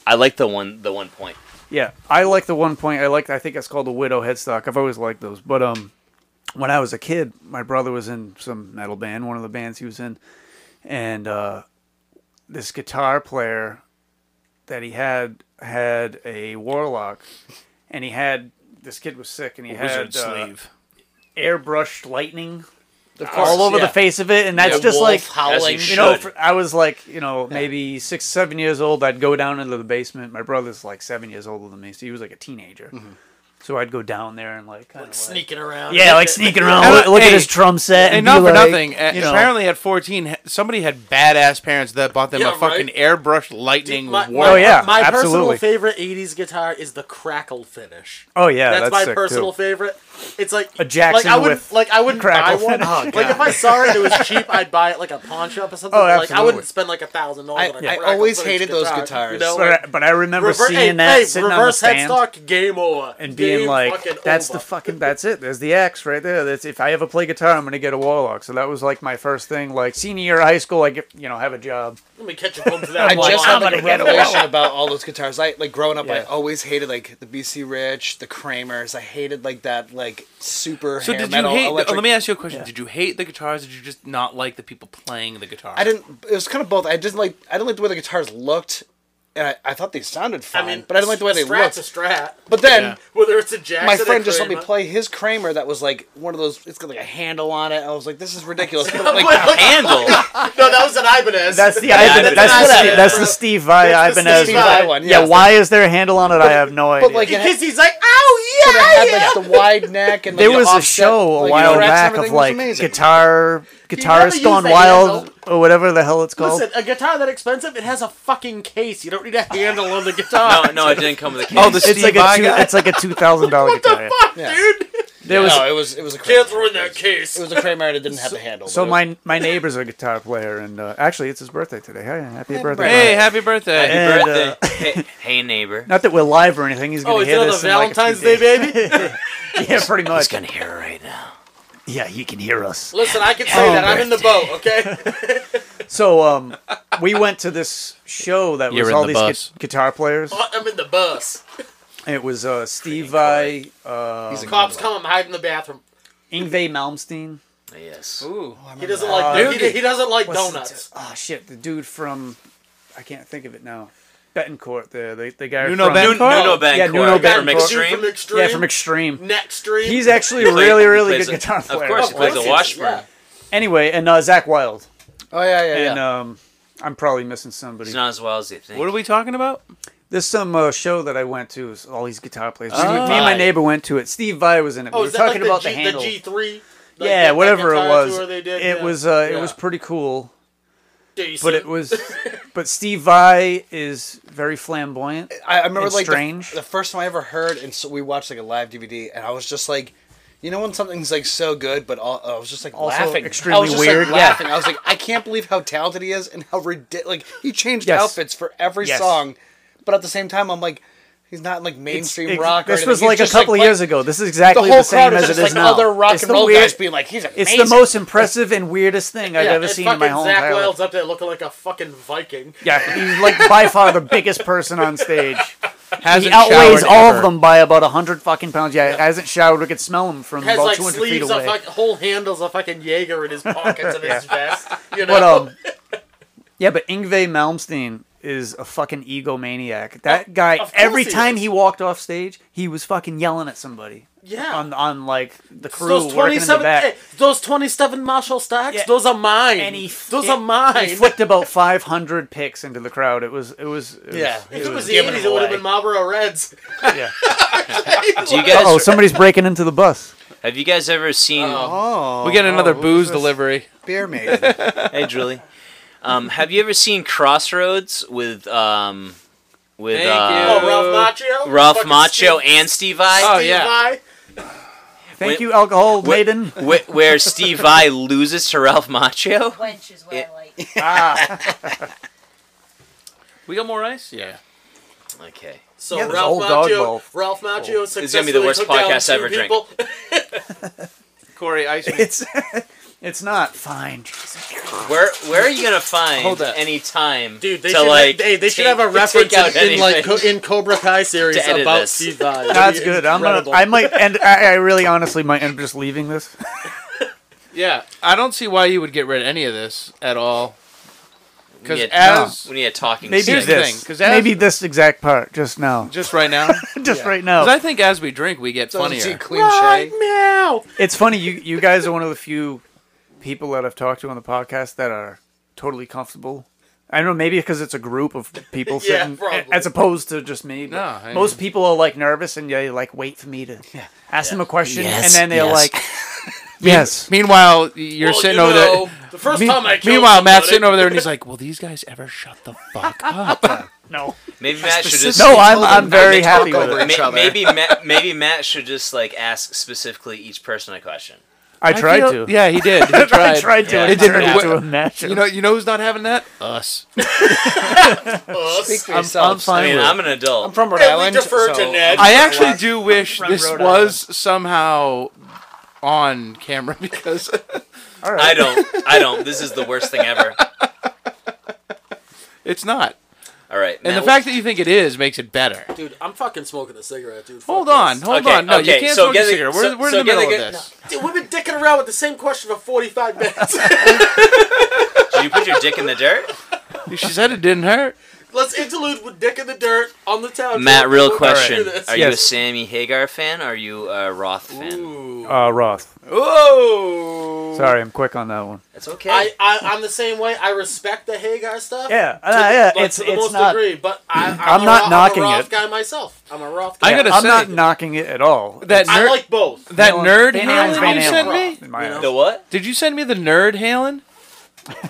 C: I like the one the one point.
A: Yeah, I like the one point. I like. I think it's called a widow headstock. I've always liked those. But um, when I was a kid, my brother was in some metal band, one of the bands he was in, and uh, this guitar player that he had had a warlock, and he had this kid was sick, and he had uh, airbrushed lightning Uh, all over the face of it, and that's
C: Yeah,
A: just
C: wolf
A: like
C: howling. As you
A: you know,
C: should.
A: for, I was like, you know, maybe six, seven years old. I'd go down into the basement. My brother's like seven years older than me, so he was like a teenager.
D: Mm-hmm.
A: So I'd go down there and like, kind of
B: Sneaking around.
A: yeah, like sneaking around,
D: And,
A: look, look
D: hey,
A: at his drum set,
D: And
A: and,
D: not
A: be
D: for
A: like,
D: nothing. uh,
A: you know,
D: Apparently, at 14, ha- somebody had badass parents that bought them
B: Yeah,
D: a fucking
B: right?
D: airbrush lightning
B: My,
D: war.
A: Oh, yeah,
B: my
A: absolutely.
B: personal favorite '80s guitar is the crackle finish.
A: oh yeah,
B: that's,
A: that's,
B: my
A: sick,
B: personal
A: Too.
B: favorite. It's like
A: A Jackson
B: like, I wouldn't,
A: with
B: like I wouldn't buy
A: crackle
B: one.
A: finish. Oh,
B: like if I saw it, and it was cheap. I'd buy it like a pawn shop or something.
A: Oh,
B: like I
A: absolutely.
B: wouldn't spend like a thousand dollars. on a
F: I- I
B: crackle
F: always
B: finish
F: hated those
B: guitar,
F: guitars.
B: You know,
A: But I, but I remember
B: Rever-
A: seeing
B: hey,
A: that
B: hey,
A: sitting on the
B: reverse
A: stand
B: headstock, game over,
A: and being
B: Game fucking
A: like, that's
B: over.
A: the fucking that's it. There's the axe right there. That's if I ever play guitar, I'm gonna get a warlock. So that was like my first thing. Like senior year of high school, I get you know have a job.
B: Let me catch a glimpse of that.
F: I
B: one.
F: just
B: I'm
F: had like a
B: gonna get
F: revelation about all those guitars. I like growing up. I
A: Yeah.
F: always hated like the BC Rich, the Kramers. I hated like that like super
D: So
F: hair
D: did you
F: metal
D: hate? the-
F: electric.
D: let me ask you a question. Did you hate the guitars? Did you just not like the people playing the guitar?
F: I didn't. It was kind of both. I didn't like. I didn't like the way the guitars looked. and I, I thought they sounded fine,
B: I mean,
F: but I didn't like the way they
B: Strat's
F: looked.
B: a strat.
F: But then
D: Yeah.
B: Whether it's a Jackson,
F: my
B: or
F: friend just let me
B: Kramer.
F: play his Kramer that was like one of those. It's got like a handle on it. I was like, this is ridiculous. But,
B: But,
F: like,
B: like,
C: Handle.
B: no, that was an Ibanez.
A: That's the
C: Yeah,
A: Ibanez. That's,
C: Ibanez.
A: the Steve- that's the Steve Vai
B: That's the
A: Ibanez.
B: Steve
F: Vai
A: one.
F: one,
A: Yeah,
F: yeah.
A: why is there a handle on it? I have no idea.
F: but like it had,
B: because he's like, oh
F: but
B: yeah,
F: it had
B: yeah.
F: like the wide neck and like,
A: there
F: the
A: was a
F: offset,
A: show a
F: like,
A: while
F: tracks and
A: back
F: everything
A: of
F: was
A: like
F: amazing.
A: guitar
B: never
A: guitarist
B: use
A: gone
B: that
A: wild
B: handle.
A: or whatever the hell it's called.
B: Listen, a guitar that expensive, it has a fucking case. You don't need a handle on the guitar.
C: No, no, it didn't come with a case.
D: Oh, the
A: it's
D: Steve
A: like a
D: Vai
A: two,
D: guy?
A: it's like a two thousand dollar
B: what the
A: guitar. yeah.
B: fuck,
F: Yeah.
B: dude?
A: There was
F: no, it was it was a Kramer.
B: Can't ruin that case. Oh,
F: It was a Kramer that didn't have the handle.
A: so
F: but it-
A: my my neighbor's a guitar player, and uh, actually it's his birthday today. Hey, happy birthday!
D: Hey,
A: Brian.
D: happy
A: Hey.
D: birthday.
C: Happy
A: and,
C: birthday. hey, hey, neighbor.
A: Not that we're live or anything. He's gonna
B: Oh, it's
A: hear this.
B: another
A: in, like, a few
B: Valentine's Day,
A: days.
B: baby.
A: yeah, pretty
C: He's
A: much.
C: gonna hear it right now.
A: Yeah, he can hear us.
B: Listen, I
F: Oh,
B: can say that I'm in the boat. Okay.
A: So um, we went to this show that
D: You're
A: was
D: in
A: all
D: the
A: these
D: bus.
A: gu- guitar players.
B: Uh, I'm in the bus.
A: It was uh, Steve Vai, uh,
F: he's a
B: Cops
F: good
B: come. I'm hiding in the bathroom.
A: Ingve Malmsteen.
C: Yes.
D: Ooh.
B: He doesn't like. he,
D: Doogie.
B: he doesn't like
A: What's the
B: donuts.
A: t- oh shit, the dude from I can't think of it now. Betancourt, the the, the guy
D: Nuno
A: from
D: Betancourt?
C: Nuno
B: No.
C: Bancourt.
A: Yeah, Nuno
C: Better
A: Bancourt.
C: from Extreme.
B: From extreme.
A: Yeah, from Extreme.
B: Next stream.
A: He's actually a
C: He played-
A: really
C: he
A: really
C: plays
A: good
C: a-
A: guitar player.
C: Of course, he
B: course
C: plays the
B: he is,
C: Washburn.
B: yeah.
A: Anyway, and uh, Zach Wild,
F: Oh yeah, yeah, yeah.
A: and um, I'm probably missing somebody.
C: It's not as well as you think.
D: What are we talking about?
A: There's some uh, show that I went to. It's all these guitar players.
D: Steve
A: me, me and my
C: Vai.
A: neighbor went to it. Steve Vai was in it.
B: Oh,
A: we
B: is
A: were
B: that
A: talking
B: like
A: about
B: the,
A: the
B: G,
A: handle.
B: the G3? Like
A: yeah,
B: that-
A: whatever
B: that
A: it
B: guitar
A: was.
B: tour they did?
A: It
B: Yeah.
A: was uh,
B: Yeah.
A: it was pretty cool,
B: Decent.
A: but it was but Steve Vai is very flamboyant.
F: I, I remember
A: It's
F: like the-
A: strange.
F: The, first time I ever heard, and so we watched like a live DVD, and I was just like, you know, when something's like so good, but all, I was just like
A: Also
F: laughing,
A: extremely
F: I was just, like,
A: weird, yeah.
F: laughing. I was like, I can't believe how talented he is, and how ridiculous. Like he changed
A: Yes.
F: outfits for every
A: Yes.
F: song, but at the same time, I'm like, he's not in, like mainstream
A: Ex-
F: rock. Or
A: This
F: anything.
A: was
F: He's
A: like a
F: just,
A: couple of
F: playing-
A: years ago. This is
F: The
A: exactly
F: whole
A: the,
F: crowd
A: same as
F: was
A: it
F: just
A: is
F: like
A: now.
F: other rock
A: it's
F: and
A: the
F: roll
A: weird-
F: guys being like, he's amazing.
A: It's the most impressive and weirdest thing I've
B: Yeah,
A: ever
B: and
A: seen in my
B: fucking
A: whole
B: Zach
A: entire life.
B: Wilde's up there looking like a fucking Viking.
A: Yeah, he's like by far the biggest person on stage. He
D: Hasn't
A: outweighs
D: showered
A: all
D: ever.
A: of them by about hundred fucking pounds. Yeah, hasn't showered. We could smell him from
B: Has
A: about
B: like
A: two hundred feet
B: sleeves of
A: away.
B: like whole handles of fucking Jaeger in his pockets and his vest. You know?
A: But um, yeah, but Ingve Malmsteen is a fucking egomaniac. That guy,
B: of course
A: every
B: he
A: time
B: is.
A: he walked off stage, he was fucking yelling at somebody
B: yeah.
A: on on like the crew working in
B: those
A: the
B: twenty-seven,
A: back.
B: hey, those twenty-seven Marshall stacks,
A: Yeah.
B: those are mine.
A: And he
B: those
A: it-
B: are mine.
A: He flicked about five hundred picks into the crowd. It was it was, it was
F: Yeah.
B: if it was the
F: giving
B: eighties,
F: it
B: it would have
F: away.
B: been Marlboro Reds.
A: yeah.
C: Do you guys
A: Oh, somebody's breaking into the bus.
C: have you guys ever seen?
F: Oh,
D: we get another
F: oh,
D: booze delivery.
F: beer maiden.
C: Hey, Julie. Um, have you ever seen Crossroads with um, with
D: Thank
C: uh,
D: you.
B: Oh, Ralph Macchio.
C: Ralph
B: Fucking
C: Macchio
B: Steve-
C: and Steve Vai?
D: Oh,
B: Steve
D: yeah.
B: Vai.
A: Thank
C: Wait-
A: you, alcohol
C: Wait-
A: maiden.
C: Wh- where Steve Vai loses to Ralph Macchio?
I: Wench is what
C: It-
I: I like.
D: We got more ice? Yeah.
C: Okay.
B: So
A: Yeah, there's
B: Ralph
A: old dog Oh.
B: Macchio,
A: Ralph.
B: Ralph Macchio successfully
C: is gonna be the worst
B: took down
C: podcast
B: two
C: I ever drank.
B: people.
D: Corey, ice me.
A: It's it's not fine.
C: Where where are you gonna find
F: Hold up.
C: any time
B: Dude, they
C: to
B: should
C: like
B: have, they, they should
C: take-
B: have a
C: to
B: reference
C: take out
B: in, in, like
C: anything?
B: co- in Cobra Kai series
C: To edit
B: about
C: this.
B: Steve Vai.
A: That's good. I'm gonna,
B: Incredible.
A: I might and I, I really honestly might end up just leaving this.
D: Yeah, I don't see why you would get rid of any of this at all.
C: we
D: Because
C: need,
D: as
C: we need a talking
A: Maybe
D: Here's
C: stick.
D: the
A: this.
D: thing, 'cause as-
A: maybe this exact part just now.
D: just right now, because
A: Just
F: Yeah.
A: right now.
D: I think as we drink, we get
F: Doesn't see
D: funnier.
F: clean
B: Right
F: shave.
B: now.
A: it's funny you you guys are one of the few people that I've talked to on the podcast that are totally comfortable. I don't know, maybe because it's a group of people
B: Yeah,
A: sitting,
B: probably.
A: as opposed to just me. but
D: No, I
A: most
D: mean-
A: people are like nervous and they like wait for me to ask them a question,
C: Yes,
A: and then they're
C: yes.
A: like, "Yes,
D: Meanwhile, you're
B: Well,
D: sitting
B: you
D: over
B: know,
D: there.
B: The first
D: Me-
B: time I killed
D: meanwhile, Matt's
B: somebody-
D: sitting over there and he's like, "Will these guys ever shut the fuck up?"
A: no,
C: Maybe Matt should just
A: no." I'm
F: told
A: I'm
F: them
A: very
F: not to talk
A: happy with
F: over
A: it.
F: each
C: ma-
F: other.
C: maybe Matt, maybe Matt should just like ask specifically each person a question.
A: I tried
D: feel-
A: to.
D: Yeah, he did. He tried.
A: I tried to.
C: Yeah.
A: and
D: It
A: It
D: didn't
A: turned
D: work.
A: into a match.
D: You know, you know who's not having that? Us.
F: Speak for
A: I'm,
F: yourself.
A: I'm fine
C: I mean,
A: with it.
C: I'm an adult.
F: I'm from Rhode
B: And we
F: Island.
B: defer to
F: so
B: Ned.
D: I actually do wish
A: from
D: this
A: Rhode
D: was somehow on camera because
A: All right.
C: I don't. I don't. This is the worst thing ever.
D: it's not.
C: All right.
D: And
C: Matt,
D: the fact that you think it is makes it better.
B: Dude, I'm fucking smoking a cigarette, dude. Fuck
D: Hold
B: this.
D: on, hold
C: Okay,
D: on. No,
C: okay,
D: you can't
C: so
D: smoke a
C: get the-
D: cigarette. We're,
C: so-
D: we're
C: so
D: in the
C: get the
D: middle
C: good-
D: of this.
B: Dude, we've been dicking around with the same question for 45 minutes.
C: did you put your dick in the dirt?
D: She said it didn't hurt.
B: Let's interlude with Dick in the Dirt on the town.
C: Matt,
B: trip.
C: real
B: We'll
C: question:
B: do this.
C: Are you a
A: Yes.
C: Sammy Hagar fan? Or are you a Roth fan?
A: Uh, Roth.
D: Whoa!
A: Sorry, I'm quick on that one.
C: That's okay.
B: I, I I'm the same way. I respect the Hagar stuff.
A: Yeah,
B: to the-
A: uh, yeah,
B: like,
A: it's
B: to the
A: it's
B: most
A: not.
B: degree, but I, I'm,
A: I'm
B: a
A: not
B: Ro-
A: knocking
B: I'm a Roth
A: it.
B: guy myself. I'm a Roth guy.
D: I gotta
A: I'm
D: say
A: not knocking it at all.
D: that
B: I
D: nerd
B: like both.
D: that
A: You know,
D: nerd
A: Van
D: Halen
A: Halen,
D: you
A: Van
D: sent
B: Halen.
D: me.
A: In my
B: You know?
A: eyes.
C: the what?
D: Did you send me the nerd Halen?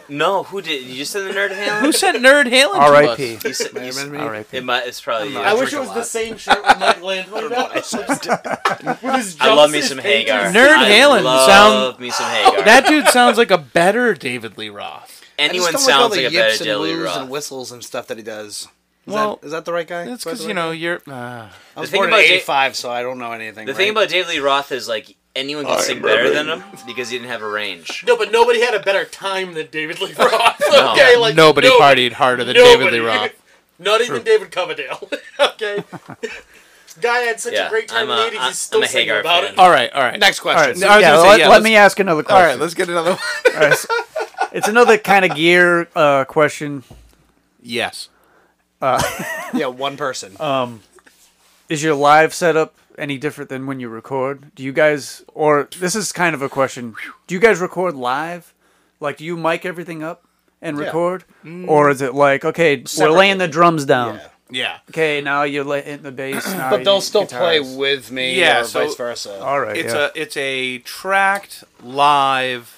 C: No, who did? You said the nerd Halen.
D: Who sent nerd Halen? to
A: R.I.P.
D: us?
C: You said, you said-
A: R.I.P.
C: it might. It's probably. you.
B: I wish it was the same shirt with Mike Landry. now. With his
C: I love
B: jumpsuit
C: me some
B: and
C: Hagar.
B: his-
D: Nerd
C: I
D: Halen
C: Love
D: sound-
C: me some Hagar.
D: That dude sounds like a better David Lee Roth.
C: Anyone
F: don't all
C: sounds
F: the
C: like a
F: yips
C: better Daily
F: and woos and
C: Roth.
F: whistles and stuff that he does. Is,
D: Well,
F: that, is that the right guy?
D: That's
F: By the
D: because
F: way?
D: you know you're. Uh,
F: I
C: The
F: was
C: thing
F: born in
C: about Jay-
F: '85, so I don't know anything.
C: The thing
F: right?
C: about David Lee Roth is like anyone could sing better than him because he didn't have a range.
B: No, but nobody had a better time than David Lee Roth.
C: No.
B: okay, like
D: nobody
B: no-
D: partied harder than David
B: nobody.
D: Lee Roth.
B: Not even David Coverdale. okay, guy had such
C: Yeah,
B: a great time
C: I'm a-
B: in the '80s.
C: I'm
B: He's still
C: a
B: singing
C: Hagar
B: about
C: fan.
B: it.
D: All right, all right,
F: next
A: All right,
F: question.
D: I was
A: yeah,
D: gonna say,
A: let,
D: yeah,
A: let
D: let's-
A: me ask another
D: all right.
A: question.
D: Let's get another one.
A: All right, so- it's another kind of gear uh, question.
D: yes.
F: yeah, one person.
A: Is your live setup any different than when you record? Do you guys, or this is kind of a question, do you guys record live? Like, do you mic everything up and record?
B: Mm.
A: Or is it like, okay, we're laying the drums down.
F: Yeah.
D: Yeah.
A: Okay, now you're la- hitting the bass. now
F: but they'll
A: you-
F: still play
A: guitars.
F: with me,
D: Yeah,
F: or
D: so-
F: vice versa.
A: All right.
D: It's
A: yeah.
D: a it's a tracked live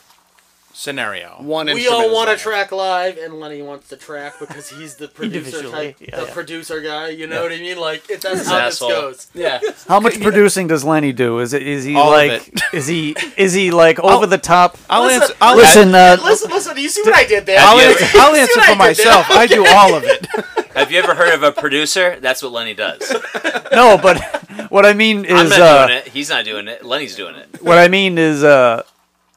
D: scenario.
F: One.
B: We all want to track live, and Lenny wants to track because he's the producer
A: Individually,
B: type,
A: yeah,
B: the
A: yeah.
B: producer guy. You know what I mean? Like it, that's
C: an
B: how
C: asshole.
B: this goes. Yeah,
A: How much producing does Lenny do? Is it is he
D: All of
A: like
D: it.
A: is he is he like over the top?
D: I'll
B: Listen,
D: answer. I'll,
A: Listen, uh,
B: listen, listen. You see what I did there?
D: I'll
C: Yeah.
D: answer, I'll answer for myself. I do all of it.
C: Have you ever heard of a producer? That's what Lenny does.
A: no, but what I mean
C: I'm
A: is
C: not
A: uh,
C: doing it. He's not doing it. Lenny's doing it.
A: what I mean is uh,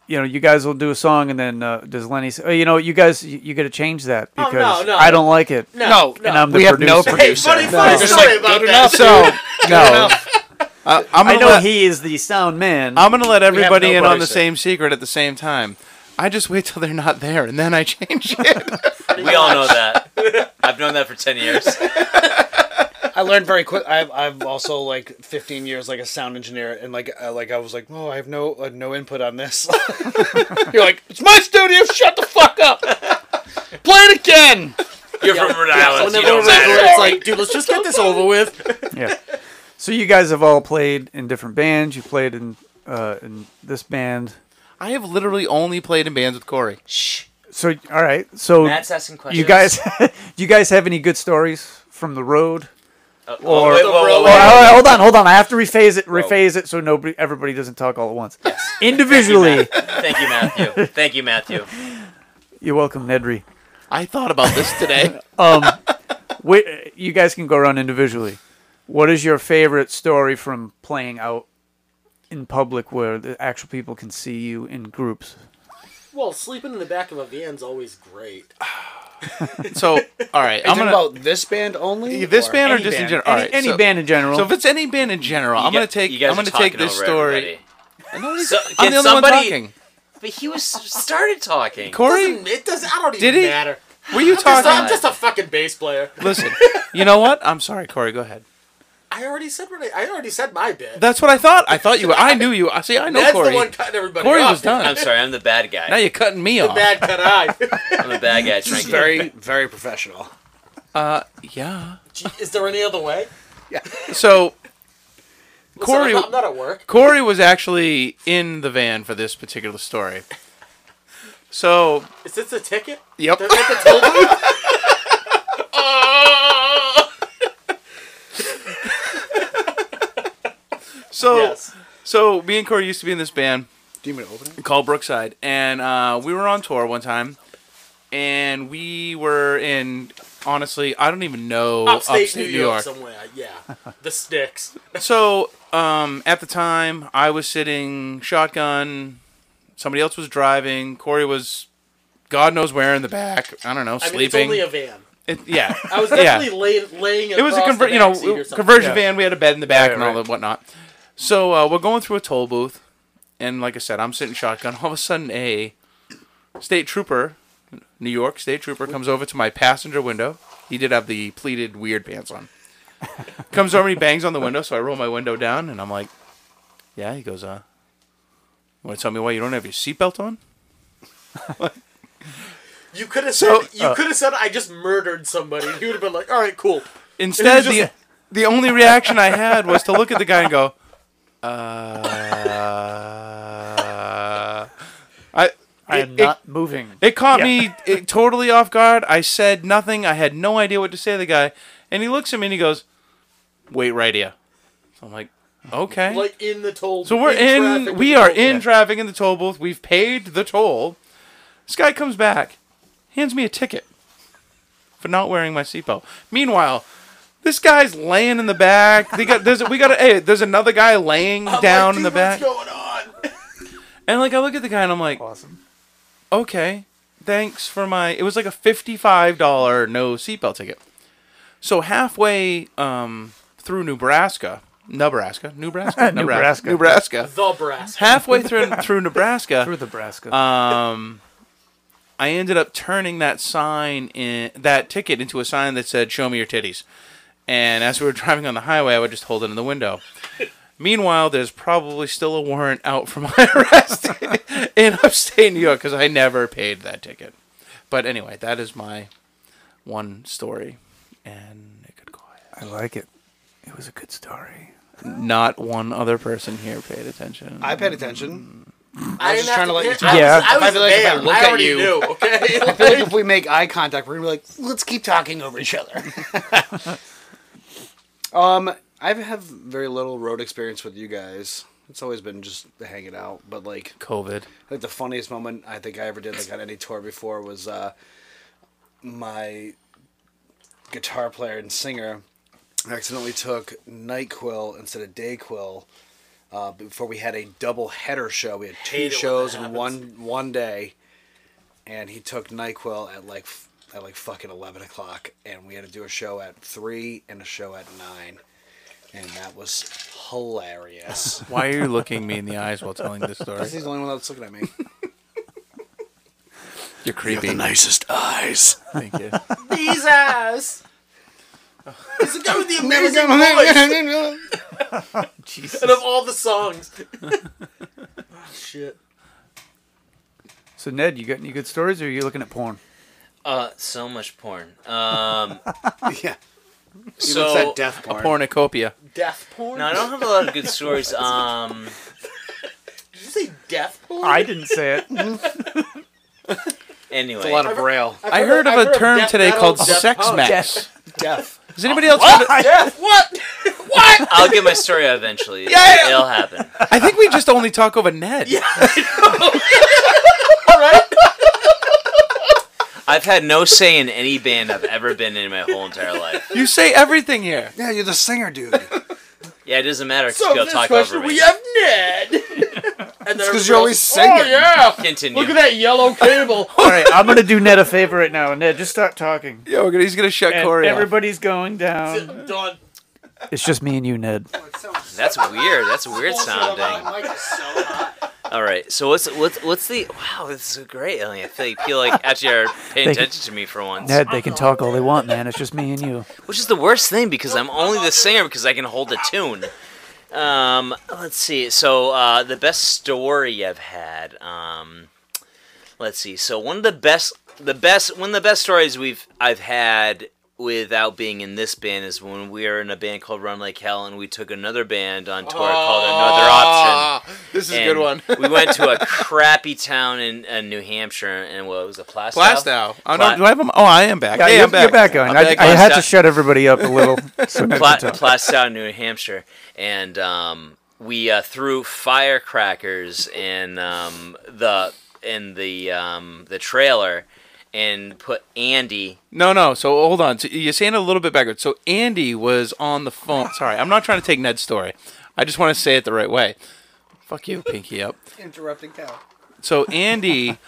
A: you know, you guys will do a song and then uh, does Lenny say, oh, you know, you guys you, you got to change that
B: no,
A: because
B: no.
A: I don't like it.
B: No,
A: and I'm the
F: we have
A: producer.
F: no
B: Hey,
F: producer.
B: funny, funny
A: No.
B: story about that.
D: So
A: no,
D: uh, I'm
A: I
D: gonna
A: know
D: let,
A: he is the sound man.
D: I'm gonna let everybody
F: no
D: in on the
F: producer.
D: same secret at the same time. I just wait till they're not there and then I change it.
C: We all know that. I've known that for ten years.
F: I learned very quick. I've I've also like 15 years like a sound engineer, and like uh, like I was like, oh, I have no uh, no input on this. You're like, it's my studio. Shut the fuck up. Play it again.
C: You're from Rhode Island. You
B: Whenever we're recording,
C: don't matter.
B: it's like, dude, let's just get this over with.
A: yeah. So you guys have all played in different bands. You played in uh, in this band.
D: I have literally only played in bands with Corey.
A: So all right. So
C: Matt's asking questions.
A: you guys do you guys have any good stories from the road
C: Uh,
A: or-
C: oh, wait, whoa, whoa,
A: Oh,
C: whoa, whoa.
A: all right, hold on hold on i have to rephrase it rephrase it so nobody everybody doesn't talk all at once individually
C: Thank you, Matthew. Thank you, Matthew.
A: you're welcome nedry
D: I thought about this today.
A: Wait, you guys can go around individually what is your favorite story from playing out in public where the actual people can see you in groups
B: Well, sleeping in the back of a van's always great.
D: so, all right,
F: I'm
D: I'm gonna
F: about this band only.
D: this
F: or-
D: band or
A: any
D: just in
A: band,
D: general.
A: any,
D: all right,
A: any
D: so,
A: band in general
D: So if it's any band in general, I'm
C: You
D: gonna
C: gu-
D: take.
C: you guys
D: I'm
C: are
D: gonna take
C: talking
D: this
C: over
D: story.
C: everybody.
D: Nobody's-
C: So-
D: I'm
C: can
D: the only one
C: somebody-
D: talking.
C: But he was started talking.
D: Corey,
B: Doesn't, it doesn't. I don't
D: Did
B: even
D: he?
B: matter.
D: were you
B: Just- I'm
D: talking?
B: just a fucking bass player.
D: Listen, you know what? I'm sorry, Corey. Go ahead.
B: I already said what I, I already said my bit.
D: That's what I thought. I thought you. were. I knew you. I see. I know
B: That's
D: Corey.
B: the one cutting everybody
D: Corey
B: off.
D: was done.
C: I'm sorry. I'm the bad guy.
D: Now you're cutting me off.
B: Bad cut eye.
C: I'm the bad guy. Trying
F: It's very very professional.
D: Uh, yeah.
B: Gee, Is there any other way?
D: So
B: Listen,
D: Corey-
B: I'm not, I'm not at work.
D: Corey was actually in the van for this particular story. So
B: Is this a ticket?
D: yep.
B: They're at the toll booth?
D: So
B: Yes.
D: so me and Corey used to be in this band.
F: Do you want me to open it?
D: called Brookside, and uh, we were on tour one time, and we were in honestly, I don't even know
B: Upstate,
D: upstate
B: New, York, somewhere. Yeah, the sticks.
D: So um, at the time, I was sitting shotgun. Somebody else was driving. Corey was, God knows where in the back. I don't know,
B: I
D: sleeping.
B: mean, it's only a van.
D: It- yeah,
B: I was
D: Yeah.
B: definitely laying laying.
D: it was a
B: across the
D: conver- you know
B: backseat or something.
D: conversion
A: Yeah.
D: van. We had a bed in the back
A: Right,
D: and all
A: right.
D: that whatnot. So uh, we're going through a toll booth, and like I said, I'm sitting shotgun. All of a sudden, a state trooper, New York state trooper, comes over to my passenger window. He did have the pleated weird pants on. Comes over and he bangs on the window, so I roll my window down and I'm like, Yeah, he goes, uh, you wanna tell me why you don't have your seatbelt on?
B: You could have
D: So, uh,
B: said you could have said I just murdered somebody. He would have been like, "All right, cool."
D: Instead,
B: And he
D: the
B: was
D: the only reaction I had was to look at the guy and go, uh, I.
A: I
D: it-
A: am
D: it-
A: not moving.
D: It caught
A: Yeah.
D: me it, totally off guard. I said nothing. I had no idea what to say to the guy. And he looks at me and he goes, Wait right here. So I'm like, Okay.
B: Like in the toll.
D: so we're in,
B: traffic
D: we
B: with
D: are
B: the toll.
D: in traffic in the toll booth. We've paid the toll. This guy comes back, hands me a ticket for not wearing my seatbelt. Meanwhile, this guy's laying in the back. They got there's we got a, hey, there's another guy laying
B: I'm like,
D: down in the
B: "Dude,
D: back.
B: What's going on?
D: And like I look at the guy and I'm like,
A: Awesome.
D: okay, thanks for my. It was like a fifty-five dollar no seatbelt ticket. So halfway um, through Nebraska, Nebraska, Nebraska,
A: Nebraska.
D: Nebraska.
B: The brass.
D: Halfway through through Nebraska,
A: Through Nebraska.
D: um, I ended up turning that sign in that ticket into a sign that said "Show me your titties." And as we were driving on the highway, I would just hold it in the window. Meanwhile, there's probably still a warrant out for my arrest in upstate New York because I never paid that ticket. But anyway, that is my one story, and it could go. ahead.
A: I like it. It was a good story.
D: Not one other person here paid attention.
F: I paid attention.
B: I
F: was
B: didn't
F: just
B: have
F: trying to let you
B: pay-
F: talk.
B: I was,
A: Yeah.
B: I
F: I
B: was
F: feel like if I
B: there.
F: look
B: I
F: at
B: already
F: you-
B: knew. Okay.
F: I feel like if we make eye contact, we're gonna be like, let's keep talking over each other. um, I have very little road experience with you guys. It's always been just hanging out, but like
D: COVID.
F: I think the funniest moment I think I ever did like on any tour before was uh, my guitar player and singer accidentally took Nyquil instead of Dayquil. Uh, before we had a double header show, we had
B: Hate
F: two
B: it when that
F: shows in
B: happens.
F: one one day, and he took Nyquil at like f- at like fucking eleven o'clock, and we had to do a show at three and a show at nine, and that was hilarious.
D: Why are you looking me in the eyes while telling this story?
F: He's the only one that's looking at me.
D: You're creepy.
F: nicest eyes.
D: Thank you.
B: These eyes. It's a guy with the
F: Never
B: amazing
F: gonna
B: voice.
F: let you-
B: And of all the songs. Shit.
A: So Ned, you got any good stories, or are you looking at porn?
C: Uh, so much porn. Um,
F: Yeah. He
C: so
F: looks at death
D: A
F: porn.
D: pornacopia.
B: Death porn.
C: no, I don't have a lot of good stories. Um,
B: Did you say death porn?
A: I didn't say it.
C: anyway,
F: It's a lot of braille.
B: I've
D: I heard of
B: I've
D: a term
B: death
D: today
B: metal,
D: called
B: death
D: sex
A: Oh,
B: punk.
D: max.
F: Death.
D: Is anybody else? What?
B: Death. What?
C: I'll get my story out eventually.
D: Yeah, yeah.
C: it'll happen.
D: I think we just only talk over Ned.
C: I've had no say in any band I've ever been in my whole entire life.
D: You say everything here.
F: Yeah, you're the singer, dude. It's
C: Yeah, it doesn't matter because
B: So
C: you'll
B: this
C: talk
B: question
C: over me.
B: we have Ned. and then
F: because you're always singing.
B: Oh yeah.
C: Continue.
B: Look at that yellow cable.
A: All right, I'm gonna do Ned a favor right now. Ned, just start talking.
D: Yo, he's gonna shut
A: And
D: Corey up.
A: everybody's going down.
B: Done.
A: It's just me and you, Ned.
C: That's weird. That's weird sounding. All right. So what's what's what's the wow? This is great, Ellie. I feel you feel like actually are
A: Thank
C: paying
A: you.
C: attention to me for once,
A: Ned, they can talk all they want, man. It's just me and you.
C: which is the worst thing because I'm only the singer because I can hold a tune. Um, let's see. So uh, the best story I've had. Um, let's see. So one of the best, the best, one of the best stories we've I've had without being in this band is when we were in a band called Run Like Hell and we took another band on tour called Another Option.
D: Ah, This is a
C: And
D: good one.
C: we went to a crappy town in, in New Hampshire, and what was it, Plastow?
D: Plastow. Oh,
C: Pla-
D: no, do I have him? Oh, I am back.
A: Yeah,
D: hey,
A: you're,
D: I'm back.
A: you're back on.
C: I'm
A: I,
C: back
A: I
C: on
A: had to
C: stuff.
A: showed everybody up a little. So Ned
C: Pla-
A: could talk.
C: Plastow, New Hampshire, and um, we uh, threw firecrackers in um, the in the um, the trailer, and put Andy.
D: No, no. So hold on. So you're saying it a little bit backwards. So Andy was on the phone. Sorry, I'm not trying to take Ned's story. I just want to say it the right way. Fuck you, Pinky Up.
F: Interrupting cow.
D: So Andy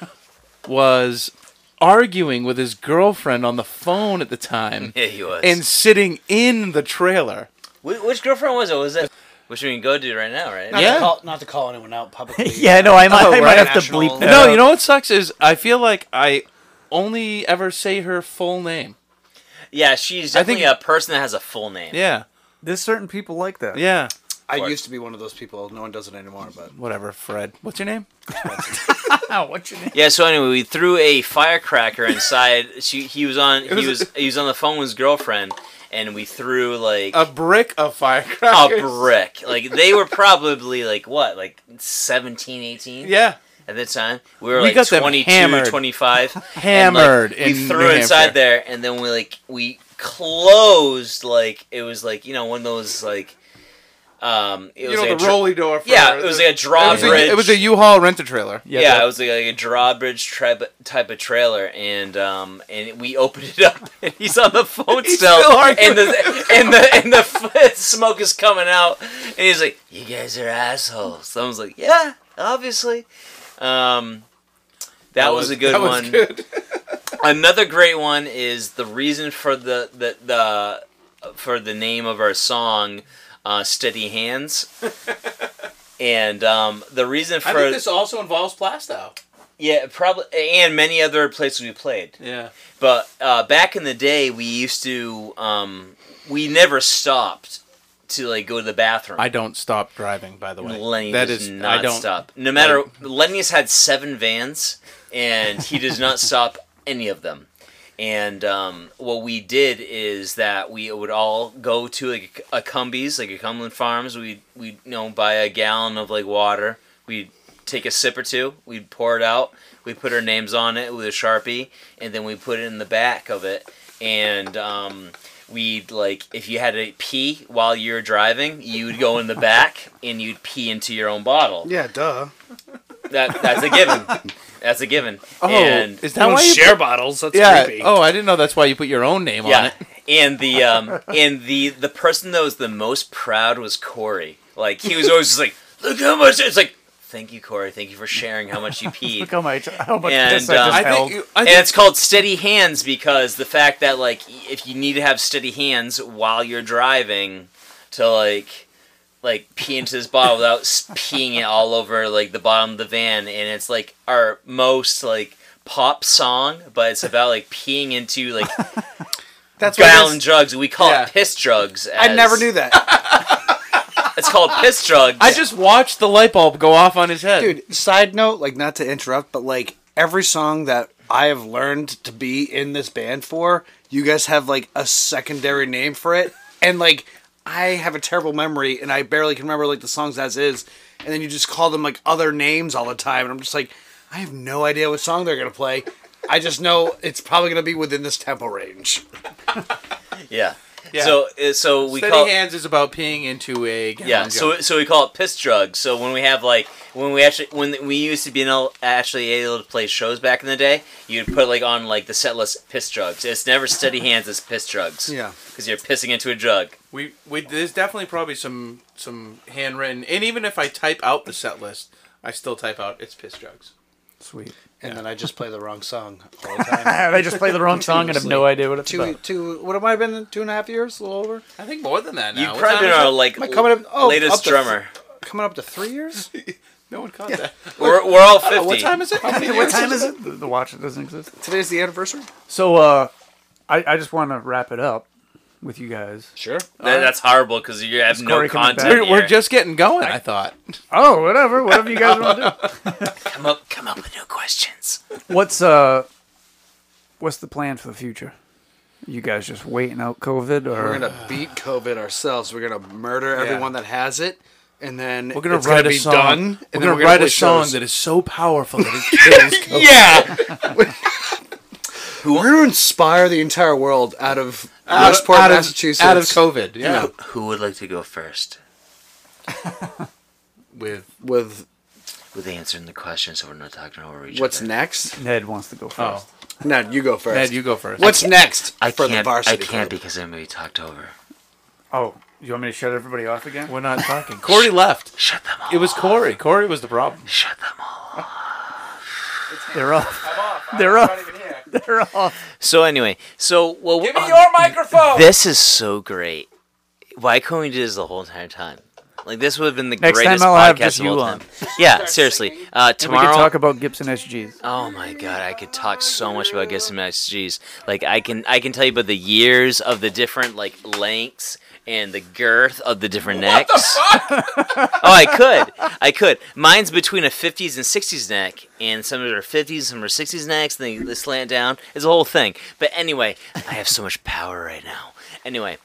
D: was arguing with his girlfriend on the phone at the time
C: Yeah, he was.
D: and sitting in the trailer.
C: Wh- which girlfriend was it? Was it? Which we can go to right now, right?
D: Yeah.
F: To call, not to call anyone out publicly.
A: yeah, no, I might, I might
F: right.
A: have to
F: National-
A: bleep that.
D: No,
A: out.
D: you know what sucks is I feel like I only ever say her full name.
C: Yeah, she's
D: I think-
C: definitely a person that has a full name.
D: Yeah,
A: There's certain people like that.
D: yeah.
F: I used to be one of those people. No one does it anymore, but
D: Whatever, Fred. What's your name?
A: what's your name?
C: Yeah, so anyway, we threw a firecracker inside. She, he was on. He
D: was-
C: was. He was on the phone with his girlfriend, and we threw like
D: A
C: a,
D: brick of firecrackers.
C: brick. Like they were probably like what, like 17, 18
D: Yeah.
C: at the time. We were
D: We
C: like
D: got them
C: 22,
D: hammered.
C: 25.
D: Hammered
C: And, like, we
D: in
C: threw
D: New
C: it inside
D: Hampshire.
C: there, and then we like we closed like it was like you know one of those like um it
D: You
C: was
D: know
C: like
D: the
C: a dr-
D: rolly door. For
C: yeah it was like a
D: It was a-
C: drawbridge
D: It was a U-Haul renter trailer.
C: yeah, it was like a drawbridge type type of trailer, and um, and we opened it up, and he's on the phone still,
D: still arguing.
C: and the and the and the f- smoke is coming out, and he's like, "You guys are assholes." So I was like, "Yeah, obviously." Um, that, was, a good
D: that
C: one.
D: Was good.
C: Another great one is the reason for the the, the for the name of our song, uh, "Steady Hands," and um, the reason for
D: I think this also involves Plastow.
C: yeah, probably, and many other places we played.
D: Yeah.
C: But uh, back in the day, we used to, um, we never stopped to like go to the bathroom.
D: I don't stop driving, by the way.
C: Lenny
D: that
C: does
D: is
C: not
D: I don't
C: stop. No matter, Lenny's had seven vans, and he does not stop any of them. And um, what we did is that we would all go to like a Cumbies, like a Cumberland Farms. We we would you know buy a gallon of like water. We'd take a sip or two. We'd pour it out. We put our names on it with a sharpie, and then we put it in the back of it. And um, we'd like if you had to pee while you were driving, you would go in the back and you'd pee into your own bottle.
F: yeah, duh.
C: That that's a given. That's a given.
D: Oh,
C: and
D: is that
F: Don't
D: why you?
F: share bottles. That's
D: yeah.
F: creepy.
D: Oh, I didn't know that's why you put your own name on
C: yeah.
D: it.
C: And the um and the the person that was the most proud was Corey. Like he was always just like, look how much it's like. Thank you, Corey. Thank you for sharing how much you peed.
A: Look how much, how much
C: And,
A: piss I just
C: uh,
D: I
A: held.
D: think. you- I
C: and
D: think
C: it's called steady hands because the fact that like if you need to have steady hands while you're driving to like like pee into this bottle without s- peeing it all over like the bottom of the van and it's like our most like pop song but it's about like peeing into like
F: that's why
C: gallon
F: there's-
C: jugs we call
D: Yeah.
C: it piss drugs
F: I
C: as-
F: never knew that,
C: it's called piss drugs
D: I just watched the light bulb go off on his head.
F: dude. Side note, like not to interrupt, but like every song that I have learned to be in this band for, you guys have like a secondary name for it, and like I have a terrible memory, and I barely can remember like the songs as is, and then you just call them like other names all the time, and I'm just like, I have no idea what song they're gonna play. I just know it's probably gonna be within this tempo range.
C: yeah.
D: Yeah.
C: so uh, so we
D: Steady
C: call
D: hands is about peeing into a. Gallon
C: Yeah,
D: jug.
C: so so we call it piss drugs. So when we have like when we actually when we used to be able, actually able to play shows back in the day, you'd put like on like the set list piss drugs. It's never steady hands. It's piss drugs.
F: Yeah.
C: because you're pissing into a jug.
D: We we there's definitely probably some some handwritten and even if I type out the set list, I still type out it's piss drugs.
A: Sweet.
F: And then I just play the wrong song all the time.
A: they just play the wrong song and have no idea what it's
F: two
A: about.
F: two what have I been two and a half years, a little over?
D: I think more than that now.
C: You've
D: What
C: probably
D: time
C: been
D: is
C: our
D: it?
C: like
F: I coming up- oh,
C: latest
F: up to-
C: drummer.
F: Coming up to three years?
D: no one caught that.
C: We're, we're all
D: Oh, what
C: fifty.
D: time is it? How many
A: What
D: years
A: time is it? The, the watch doesn't exist.
F: Today's the anniversary?
A: So uh, I, I just want to wrap it up with you guys.
F: Sure.
C: That- that's horrible because you have no
A: Corey coming back.
C: content.
D: We're, we're
C: here.
D: just getting going. I thought.
A: Oh, whatever, whatever you guys want to
C: come up come up with new questions.
A: do. What's uh, what's the plan for the future? You guys just waiting out COVID, or
F: We're gonna beat COVID ourselves. We're gonna murder everyone that has it and then
D: We're gonna
F: it's
D: write
F: be
D: a song.
F: done. and
D: we're
F: then
D: gonna
F: we're
D: write
F: play
D: a song
F: shows.
D: that is so powerful that it kills. COVID.
F: Yeah. we're gonna inspire the entire world out of Westport,
D: out of,
F: Massachusetts.
D: Out of COVID. Yeah.
C: Who would like to go first
D: With
F: with
C: with answering the question so we're not talking over each
F: what's
C: other?
F: next?
A: Ned wants to go first.
D: oh,
F: No, you go first.
D: Ned, you go first.
F: what's next
C: I
F: for
C: can't.
F: the
C: I
F: varsity?
C: can't
F: club?
C: because I'm gonna be talked over.
A: Oh. you want me to shut everybody off again?
D: We're not talking. Corey left.
C: Shut them up.
D: It was Corey. Corey was the problem.
C: Shut them up.
A: They're off. They're off. They're off.
C: So anyway, so well, um,
D: your microphone.
C: this is so great. Why couldn't we do this the whole entire time? Like this would have been the
A: Next time
C: greatest
A: I'll have
C: podcast
A: just
C: of all
A: you
C: time.
A: on.
C: Yeah, seriously. Uh,
A: And we could
C: tomorrow.
A: talk about Gibson SGs.
C: Oh my god, I could talk so much about Gibson SGs. Like I can, I can tell you about the years of the different like lengths and the girth of the different necks. oh, I could, I could. Mine's between a 50s and 60s neck, and some of them are 50s, some are 60s necks. And they, they slant down. It's a whole thing. But anyway, I have so much power right now. Anyway,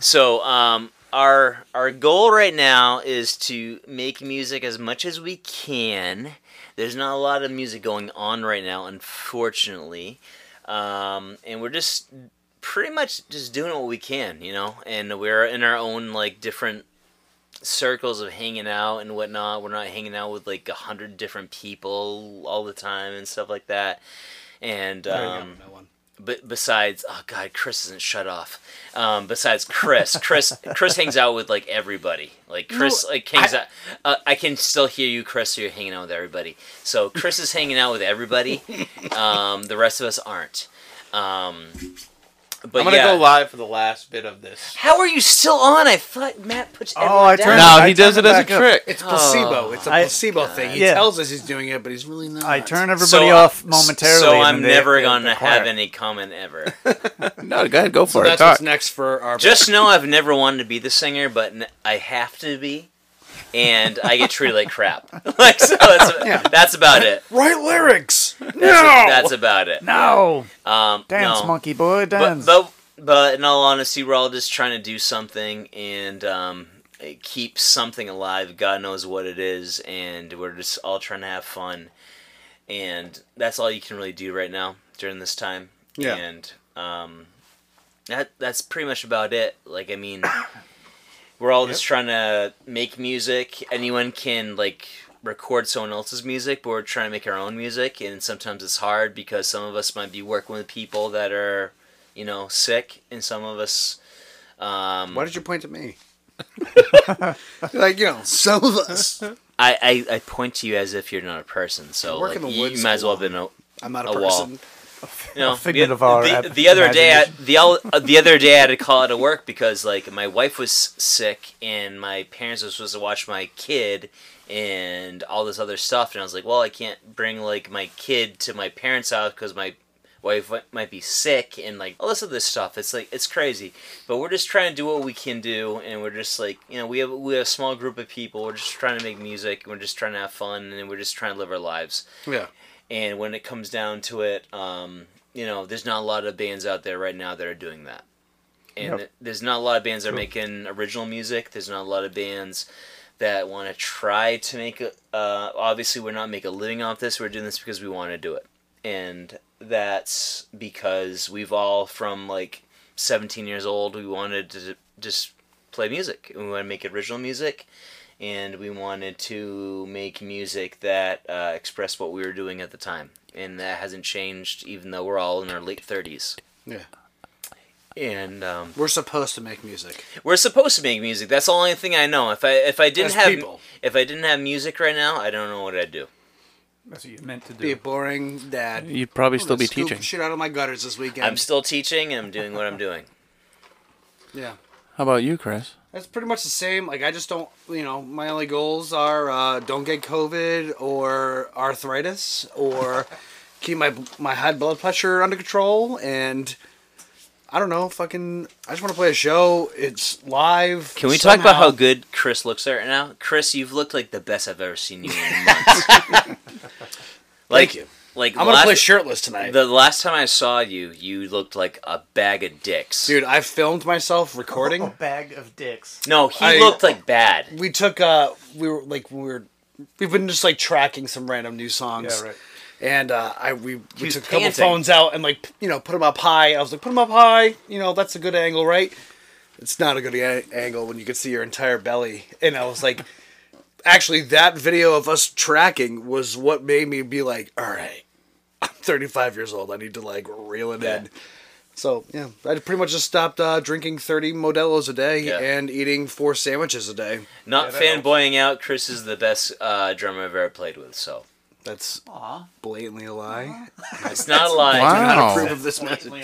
C: so um, our our goal right now is to make music as much as we can. There's not a lot of music going on right now, unfortunately, um, and we're just pretty much just doing what we can, you know. And we're in our own like different circles of hanging out and whatnot. We're not hanging out with like a hundred different people all the time and stuff like that. And um,
F: no one.
C: but besides oh god chris isn't shut off um, besides chris chris chris hangs out with like everybody like chris like hangs out uh, i can still hear you chris so you're hanging out with everybody so chris is hanging out with everybody um, the rest of us aren't um, but
D: I'm gonna
C: yeah.
D: go live for the last bit of this.
C: how are you still on i thought matt puts
D: Oh,
C: everyone
A: Oh, I
C: down.
A: turned-
D: No,
A: I
D: he does it
A: turned it
D: as a
A: back up.
D: trick.
F: It's placebo. it's a
A: Oh, I-
F: placebo thing. He
A: Yeah.
F: tells us he's doing it, but he's really not.
A: I turn everybody
C: So, uh,
A: off momentarily.
C: so
A: and
C: i'm
A: they-
C: never
A: they're
C: gonna
A: quiet.
C: have any comment ever
D: No, go ahead, go
F: So
D: for it.
F: that's
D: Talk.
F: what's next for our.
C: Just know I've never wanted to be the singer, but n- I have to be, and I get treated like crap. Like so, that's, that's about it.
F: write lyrics. No,
C: That's, that's about it.
A: No,
C: Um,
A: dance,
C: no.
A: monkey boy,
C: But,
A: dance.
C: but but in all honesty, we're all just trying to do something and um, keep something alive. God knows what it is, and we're just all trying to have fun, and that's all you can really do right now during this time.
F: Yeah.
C: And um, that that's pretty much about it. Like I mean, we're all just trying to make music. Anyone can like record someone else's music, but we're trying to make our own music, and sometimes it's hard because some of us might be working with people that are you know, sick, and some of us. Um,
F: Why did you point to me? like you know, some of us.
C: I, I, I point to you as if you're not a person, so
F: Work
C: like,
F: in the
C: you,
F: woods
C: you might as well have been a.
F: I'm not a,
C: A wall.
F: person.
C: You know,
A: figment
C: the,
A: of our
C: the,
A: ab-
C: the other day, I, the all, uh, the other day I had to call out of work because like my wife was sick and my parents were supposed to watch my kid and all this other stuff, and I was like, well, I can't bring like my kid to my parents' house because my wife w- might be sick and like all this other stuff. It's like it's crazy, but we're just trying to do what we can do, and we're just like you know we have we have a small group of people. We're just trying to make music, and we're just trying to have fun, and we're just trying to live our lives.
F: Yeah.
C: And when it comes down to it, um, you know, there's not a lot of bands out there right now that are doing that. And
A: Yep.
C: there's not a lot of bands that are making original music. There's not a lot of bands that want to try to make a. Uh, obviously, we're not making a living off this. We're doing this because we want to do it. And that's because we've all, from like 17 years old, we wanted to just play music. We want to make original music and we wanted to make music that uh, expressed what we were doing at the time, and that hasn't changed, even though we're all in our late thirties.
F: Yeah.
C: And um,
F: We're supposed to make music.
C: we're supposed to make music. That's the only thing I know. If I if I didn't
F: As
C: have
F: people.
C: if I didn't have music right now, I don't know what I'd do.
A: That's what you meant to
F: Be a
A: do.
F: boring dad.
D: You'd probably
F: I'm
D: still
F: gonna
D: be
F: scoop
D: teaching.
F: Shit out of my gutters this weekend.
C: I'm still teaching and I'm doing what I'm doing.
F: yeah.
D: How about you, Chris?
F: That's pretty much the same. Like I just don't, you know, my only goals are uh, don't get COVID or arthritis or keep my my high blood pressure under control and I don't know, fucking. I just want to play a show. It's live.
C: Can we talk about
F: somehow.
C: how good Chris looks right now? Chris, you've looked like the best I've ever seen you in months. like,
F: Thank you.
C: Like
F: I'm gonna
C: last-
F: play shirtless tonight,
C: The last time I saw you, you looked like a bag of dicks.
F: dude. I filmed myself recording.
A: bag of dicks.
C: No, he
F: I-
C: looked like bad.
F: we took uh we were like we were we've been just like tracking some random new songs
A: Yeah, right.
F: and uh i we, we
C: was
F: took a couple
C: panting.
F: phones out and like p- you know put them up high i was like put them up high you know that's a good angle right it's not a good a- angle when you could see your entire belly and i was like actually that video of us tracking was what made me be like all right i'm 35 years old i need to like reel it in so yeah i pretty much just stopped uh, drinking 30 modelos a day
C: Yeah.
F: and eating four sandwiches a day
C: Not fanboying out. Chris is the best uh, drummer I've ever played with, so
F: That's blatantly a lie.
C: it's not a lie.
D: Wow.
F: of this message.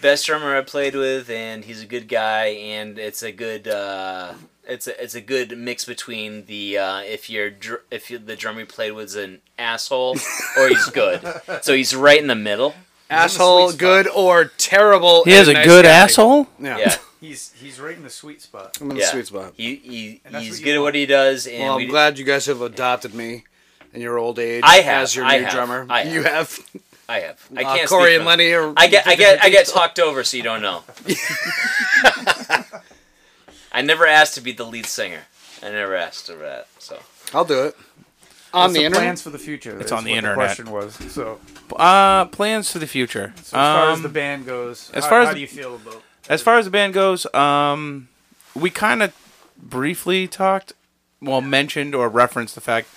C: Best drummer I played with, and he's a good guy, and it's a good uh, It's a, it's a good mix between the uh, if you're dr- if you, the drummer you played was an asshole or he's good. so he's right in the middle.
F: Asshole, good or terrible.
D: He has a
F: and nice
D: good
F: guy.
D: asshole.
F: Yeah.
C: Yeah,
A: He's he's right in the sweet spot.
F: I'm in
C: Yeah.
F: the sweet spot.
C: he, he
A: that's
C: he's
A: what you
C: good at
A: want.
C: what he does. And
F: Well, I'm
C: we-
F: glad you guys have adopted me in your old age
C: I have,
F: as your
C: I
F: new
C: have,
F: drummer.
C: I have.
F: You have.
C: I have. I
F: Uh,
C: can't.
F: Corey
C: speak
F: and
C: for-
F: Lenny are.
C: I get I get I get talked over, so you don't know. I never asked to be the lead singer. I never asked for that. So
F: I'll do it. On the, internet.
A: plans for the future. It's
D: on the
A: what
D: internet.
A: question was so.
D: Uh, plans for the future.
A: so as far as
D: Um,
A: the band goes,
D: as
A: how,
D: far as
A: how do
D: the-
A: you feel about?
D: As far as the band goes, um, we kind of briefly talked, well, mentioned or referenced the fact.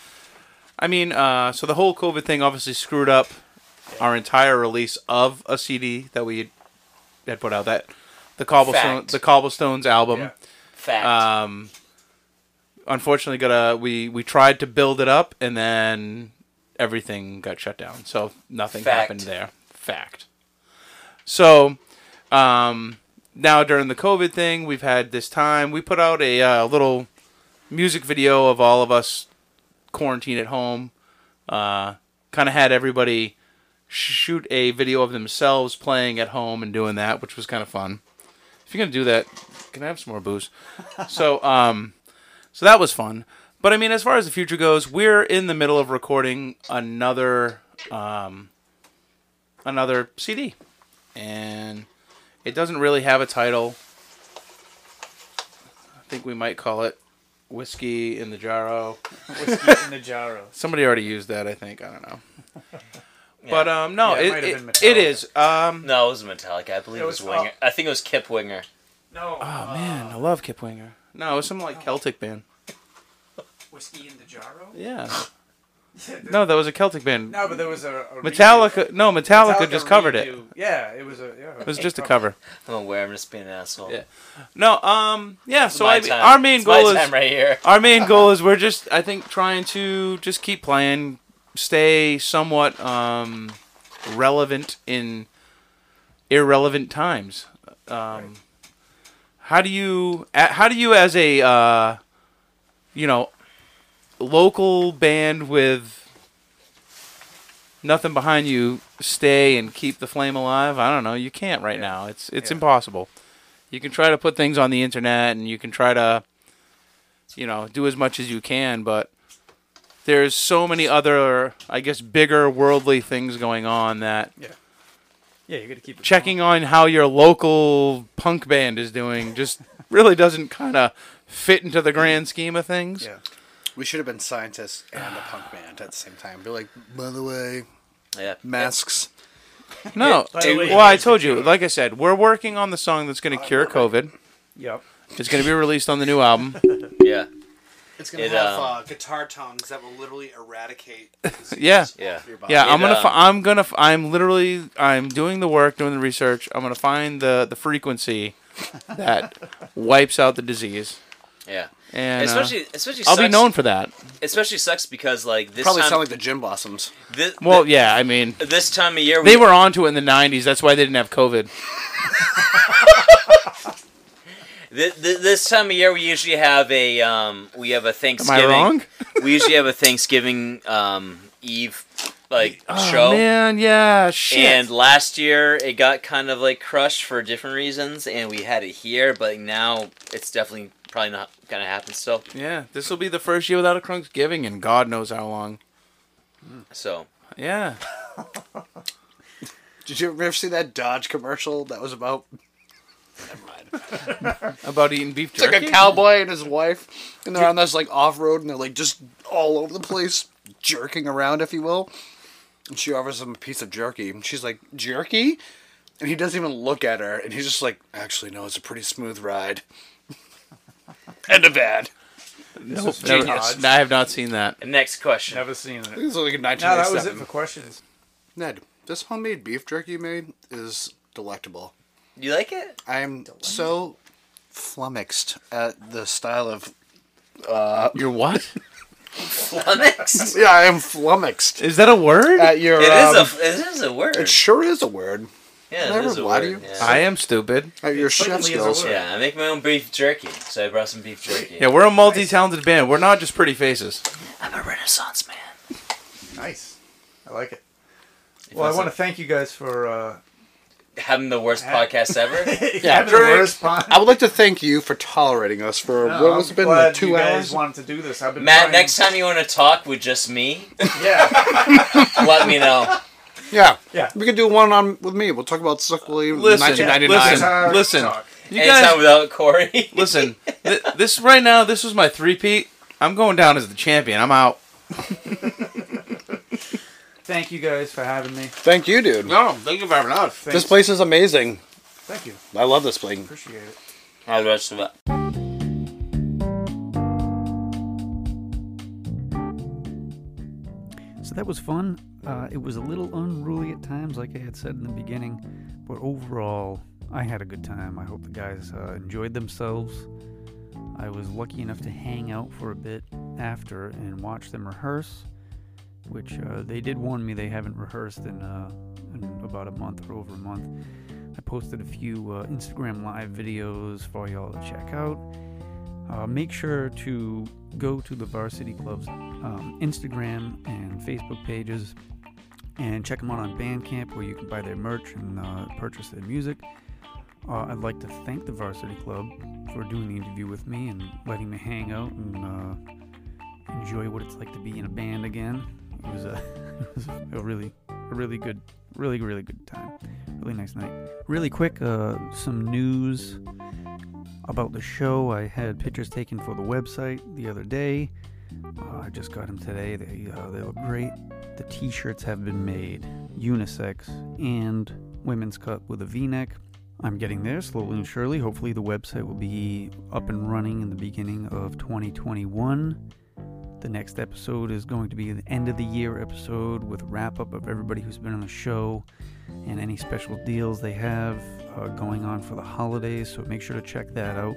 D: I mean, uh, so the whole COVID thing obviously screwed up our entire release of a CD that we had put out that the cobblestone
C: Fact.
D: the cobblestones album.
A: Yeah.
C: fact.
D: Um, unfortunately, got a we we tried to build it up and then everything got shut down. So nothing
C: Fact.
D: happened there. Fact. So, um, now during the COVID thing, we've had this time. We put out a uh, little music video of all of us quarantined at home. Uh, kind of had everybody shoot a video of themselves playing at home and doing that, which was kind of fun. If you're gonna do that, can I have some more booze? so, um, so that was fun. But I mean, as far as the future goes, we're in the middle of recording another, um, another CD, and it doesn't really have a title. I think we might call it "Whiskey in the Jarro."
A: Whiskey in the Jarro.
D: Somebody already used that, I think. I don't know. But um, no,
A: Yeah, it
D: it,
A: might have
D: it,
A: been
D: it
A: Metallica.
D: is. Um,
C: no, it was Metallica. I believe it was,
A: was-
C: Winger. I think it was Kip Winger.
A: No. Oh
D: man, I love Kip Winger. No, it was some like Celtic band.
A: Whiskey in the Jarro.
D: Yeah. No, that was a Celtic band.
A: No, but there was a, a
D: Metallica. No, Metallica, just covered it.
A: redo. Yeah, it was a. Yeah,
D: It was just a cover.
C: I'm aware. I'm just being an asshole.
D: Yeah. No, um, yeah. So
C: my
D: I,
C: time.
D: our main
C: It's my
D: goal is
C: time right here.
D: our main goal is we're just I think trying to just keep playing, stay somewhat um, relevant in irrelevant times. Um, How do you a- how do you as a uh, you know local band with nothing behind you stay and keep the flame alive? I don't know. You can't right now. It's it's
A: Yeah.
D: impossible. You can try to put things on the internet and you can try to you know, do as much as you can, but there's so many other, I guess, bigger worldly things going on that
A: Yeah, you got to keep it
D: checking on how your local punk band is doing just really doesn't kind of fit into the grand scheme of things.
A: Yeah.
F: We should have been scientists and a punk band at the same time. Be like, by the way,
C: Yeah.
F: masks.
D: No,
A: By the way,
D: well, I told you, like I said, we're working on the song that's going to cure COVID.
A: Yep.
D: It's going to be released on the new album.
C: Yeah.
H: It's gonna
C: It,
H: have
C: um,
H: uh, guitar tongues that will literally eradicate. disease
D: Yeah.
C: Yeah.
H: off your body.
D: Yeah, I'm
C: It,
D: gonna.
C: um,
D: fi- I'm gonna. fi- I'm literally. I'm doing the work, doing the research. I'm gonna find the the frequency that wipes out the disease,
C: Yeah.
D: and uh,
C: Especially, especially.
D: I'll be
C: sucks-
D: known for that.
C: Especially sucks because like this
F: Probably
C: time.
F: sound like the Gin Blossoms.
C: thi- thi-
D: Well, yeah. I mean,
C: This time of year,
D: they
C: we-
D: were onto it in the '90s. That's why they didn't have COVID.
C: Th- th- this time of year, we usually have a um, we have a
D: Am I
C: Thanksgiving.
D: wrong?
C: we usually have a Thanksgiving um, Eve like
D: Oh,
C: show.
D: man, yeah. Shit.
C: And last year it got kind of like crushed for different reasons, and we had it here, but now it's definitely probably not gonna happen still.
D: yeah, this will be the first year without a Thanksgiving, and God knows how long.
C: So
D: Yeah.
F: Did you ever see that Dodge commercial that was about
D: About eating beef
F: it's
D: jerky.
F: like a cowboy and his wife, and they're on this like off road, and they're like just all over the place, jerking around, if you will. And she offers him a piece of jerky, and she's like, "Jerky," and he doesn't even look at her, and he's just like, "Actually, no, it's a pretty smooth ride." End of ad.
D: Nope,
A: Genius.
D: never- no, I have not seen that.
C: next question.
A: Never seen it.
F: This is like a
A: No, that was it
F: 1997.
A: for questions.
F: Ned, this homemade beef jerky you made is delectable.
C: You like it?
F: I am so flummoxed at the style of.
D: Your what?
C: Flummoxed.
F: Yeah, I am flummoxed
D: Is that a word?
F: at your.
C: It is
F: um,
C: a it is a word.
F: It sure is a word.
C: Yeah,
I: Never
C: it is a
I: lie to
C: word.
I: you.
C: Yeah.
D: I am stupid.
I: At your chef
H: certainly is a
I: skills.
H: word.
C: yeah, I make my own beef jerky, so I brought some beef jerky.
D: Yeah, we're a multi-talented band. We're not just pretty faces.
C: I'm a renaissance man.
I: Nice. I like it. Well, I want to thank you guys for uh,
C: Having the worst podcast ever.
I: having the worst pod-
F: I would like to thank you for tolerating us for
I: No,
F: what was
I: I'm
F: it been
I: glad
F: like two
I: you guys
F: hours.
I: wanted to do this. I've been
C: Matt,
I: trying-
C: next time you want to talk with just me,
I: Yeah.
C: let me know.
F: Yeah,
I: Yeah.
F: We could do one on with me. We'll talk about stuff we
D: Listen,
F: 1999.
D: listen.
I: Entire
D: listen.
I: talk.
D: You
C: Anytime
D: guys,
C: without Corey.
D: listen. Th- this right now, this was my three-peat. I'm going down as the champion. I'm out.
I: Thank you guys for having me.
F: Thank you, dude.
D: No, thank you for having us.
I: Thanks.
F: This place is amazing.
I: Thank you.
F: I love this place.
I: Appreciate it.
C: How the rest of it.
A: So that was fun. Uh, it was a little unruly at times, like I had said in the beginning, but overall, I had a good time. I hope the guys uh, enjoyed themselves. I was lucky enough to hang out for a bit after and watch them rehearse, which uh, they did warn me they haven't rehearsed in, uh, in about a month or over a month. I posted a few uh, Instagram live videos for y'all to check out. Uh, make sure to go to the Varsity Club's um, Instagram and Facebook pages and check them out on Bandcamp where you can buy their merch and uh, purchase their music. Uh, I'd like to thank the Varsity Club for doing the interview with me and letting me hang out and uh, enjoy what it's like to be in a band again. It was a, it was a really, a really good, really, really good time. Really nice night. Really quick, uh, some news about the show. I had pictures taken for the website the other day. Uh, I just got them today. They uh, they look great. The T-shirts have been made, unisex and women's cut with a V-neck. I'm getting there slowly and surely. Hopefully, the website will be up and running in the beginning of 2021. The next episode is going to be the end of the year episode with wrap up of everybody who's been on the show and any special deals they have uh, going on for the holidays. So make sure to check that out.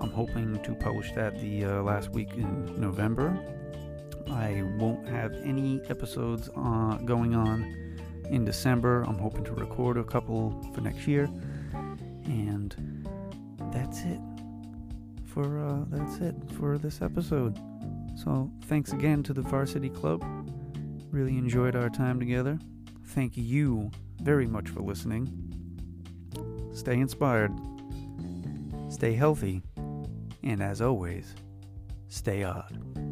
A: I'm hoping to publish that the uh, last week in November. I won't have any episodes uh, going on in December. I'm hoping to record a couple for next year, and that's it for uh, that's it for this episode. So thanks again to the Varsity Club. Really enjoyed our time together. Thank you very much for listening. Stay inspired, stay healthy, and as always, stay odd.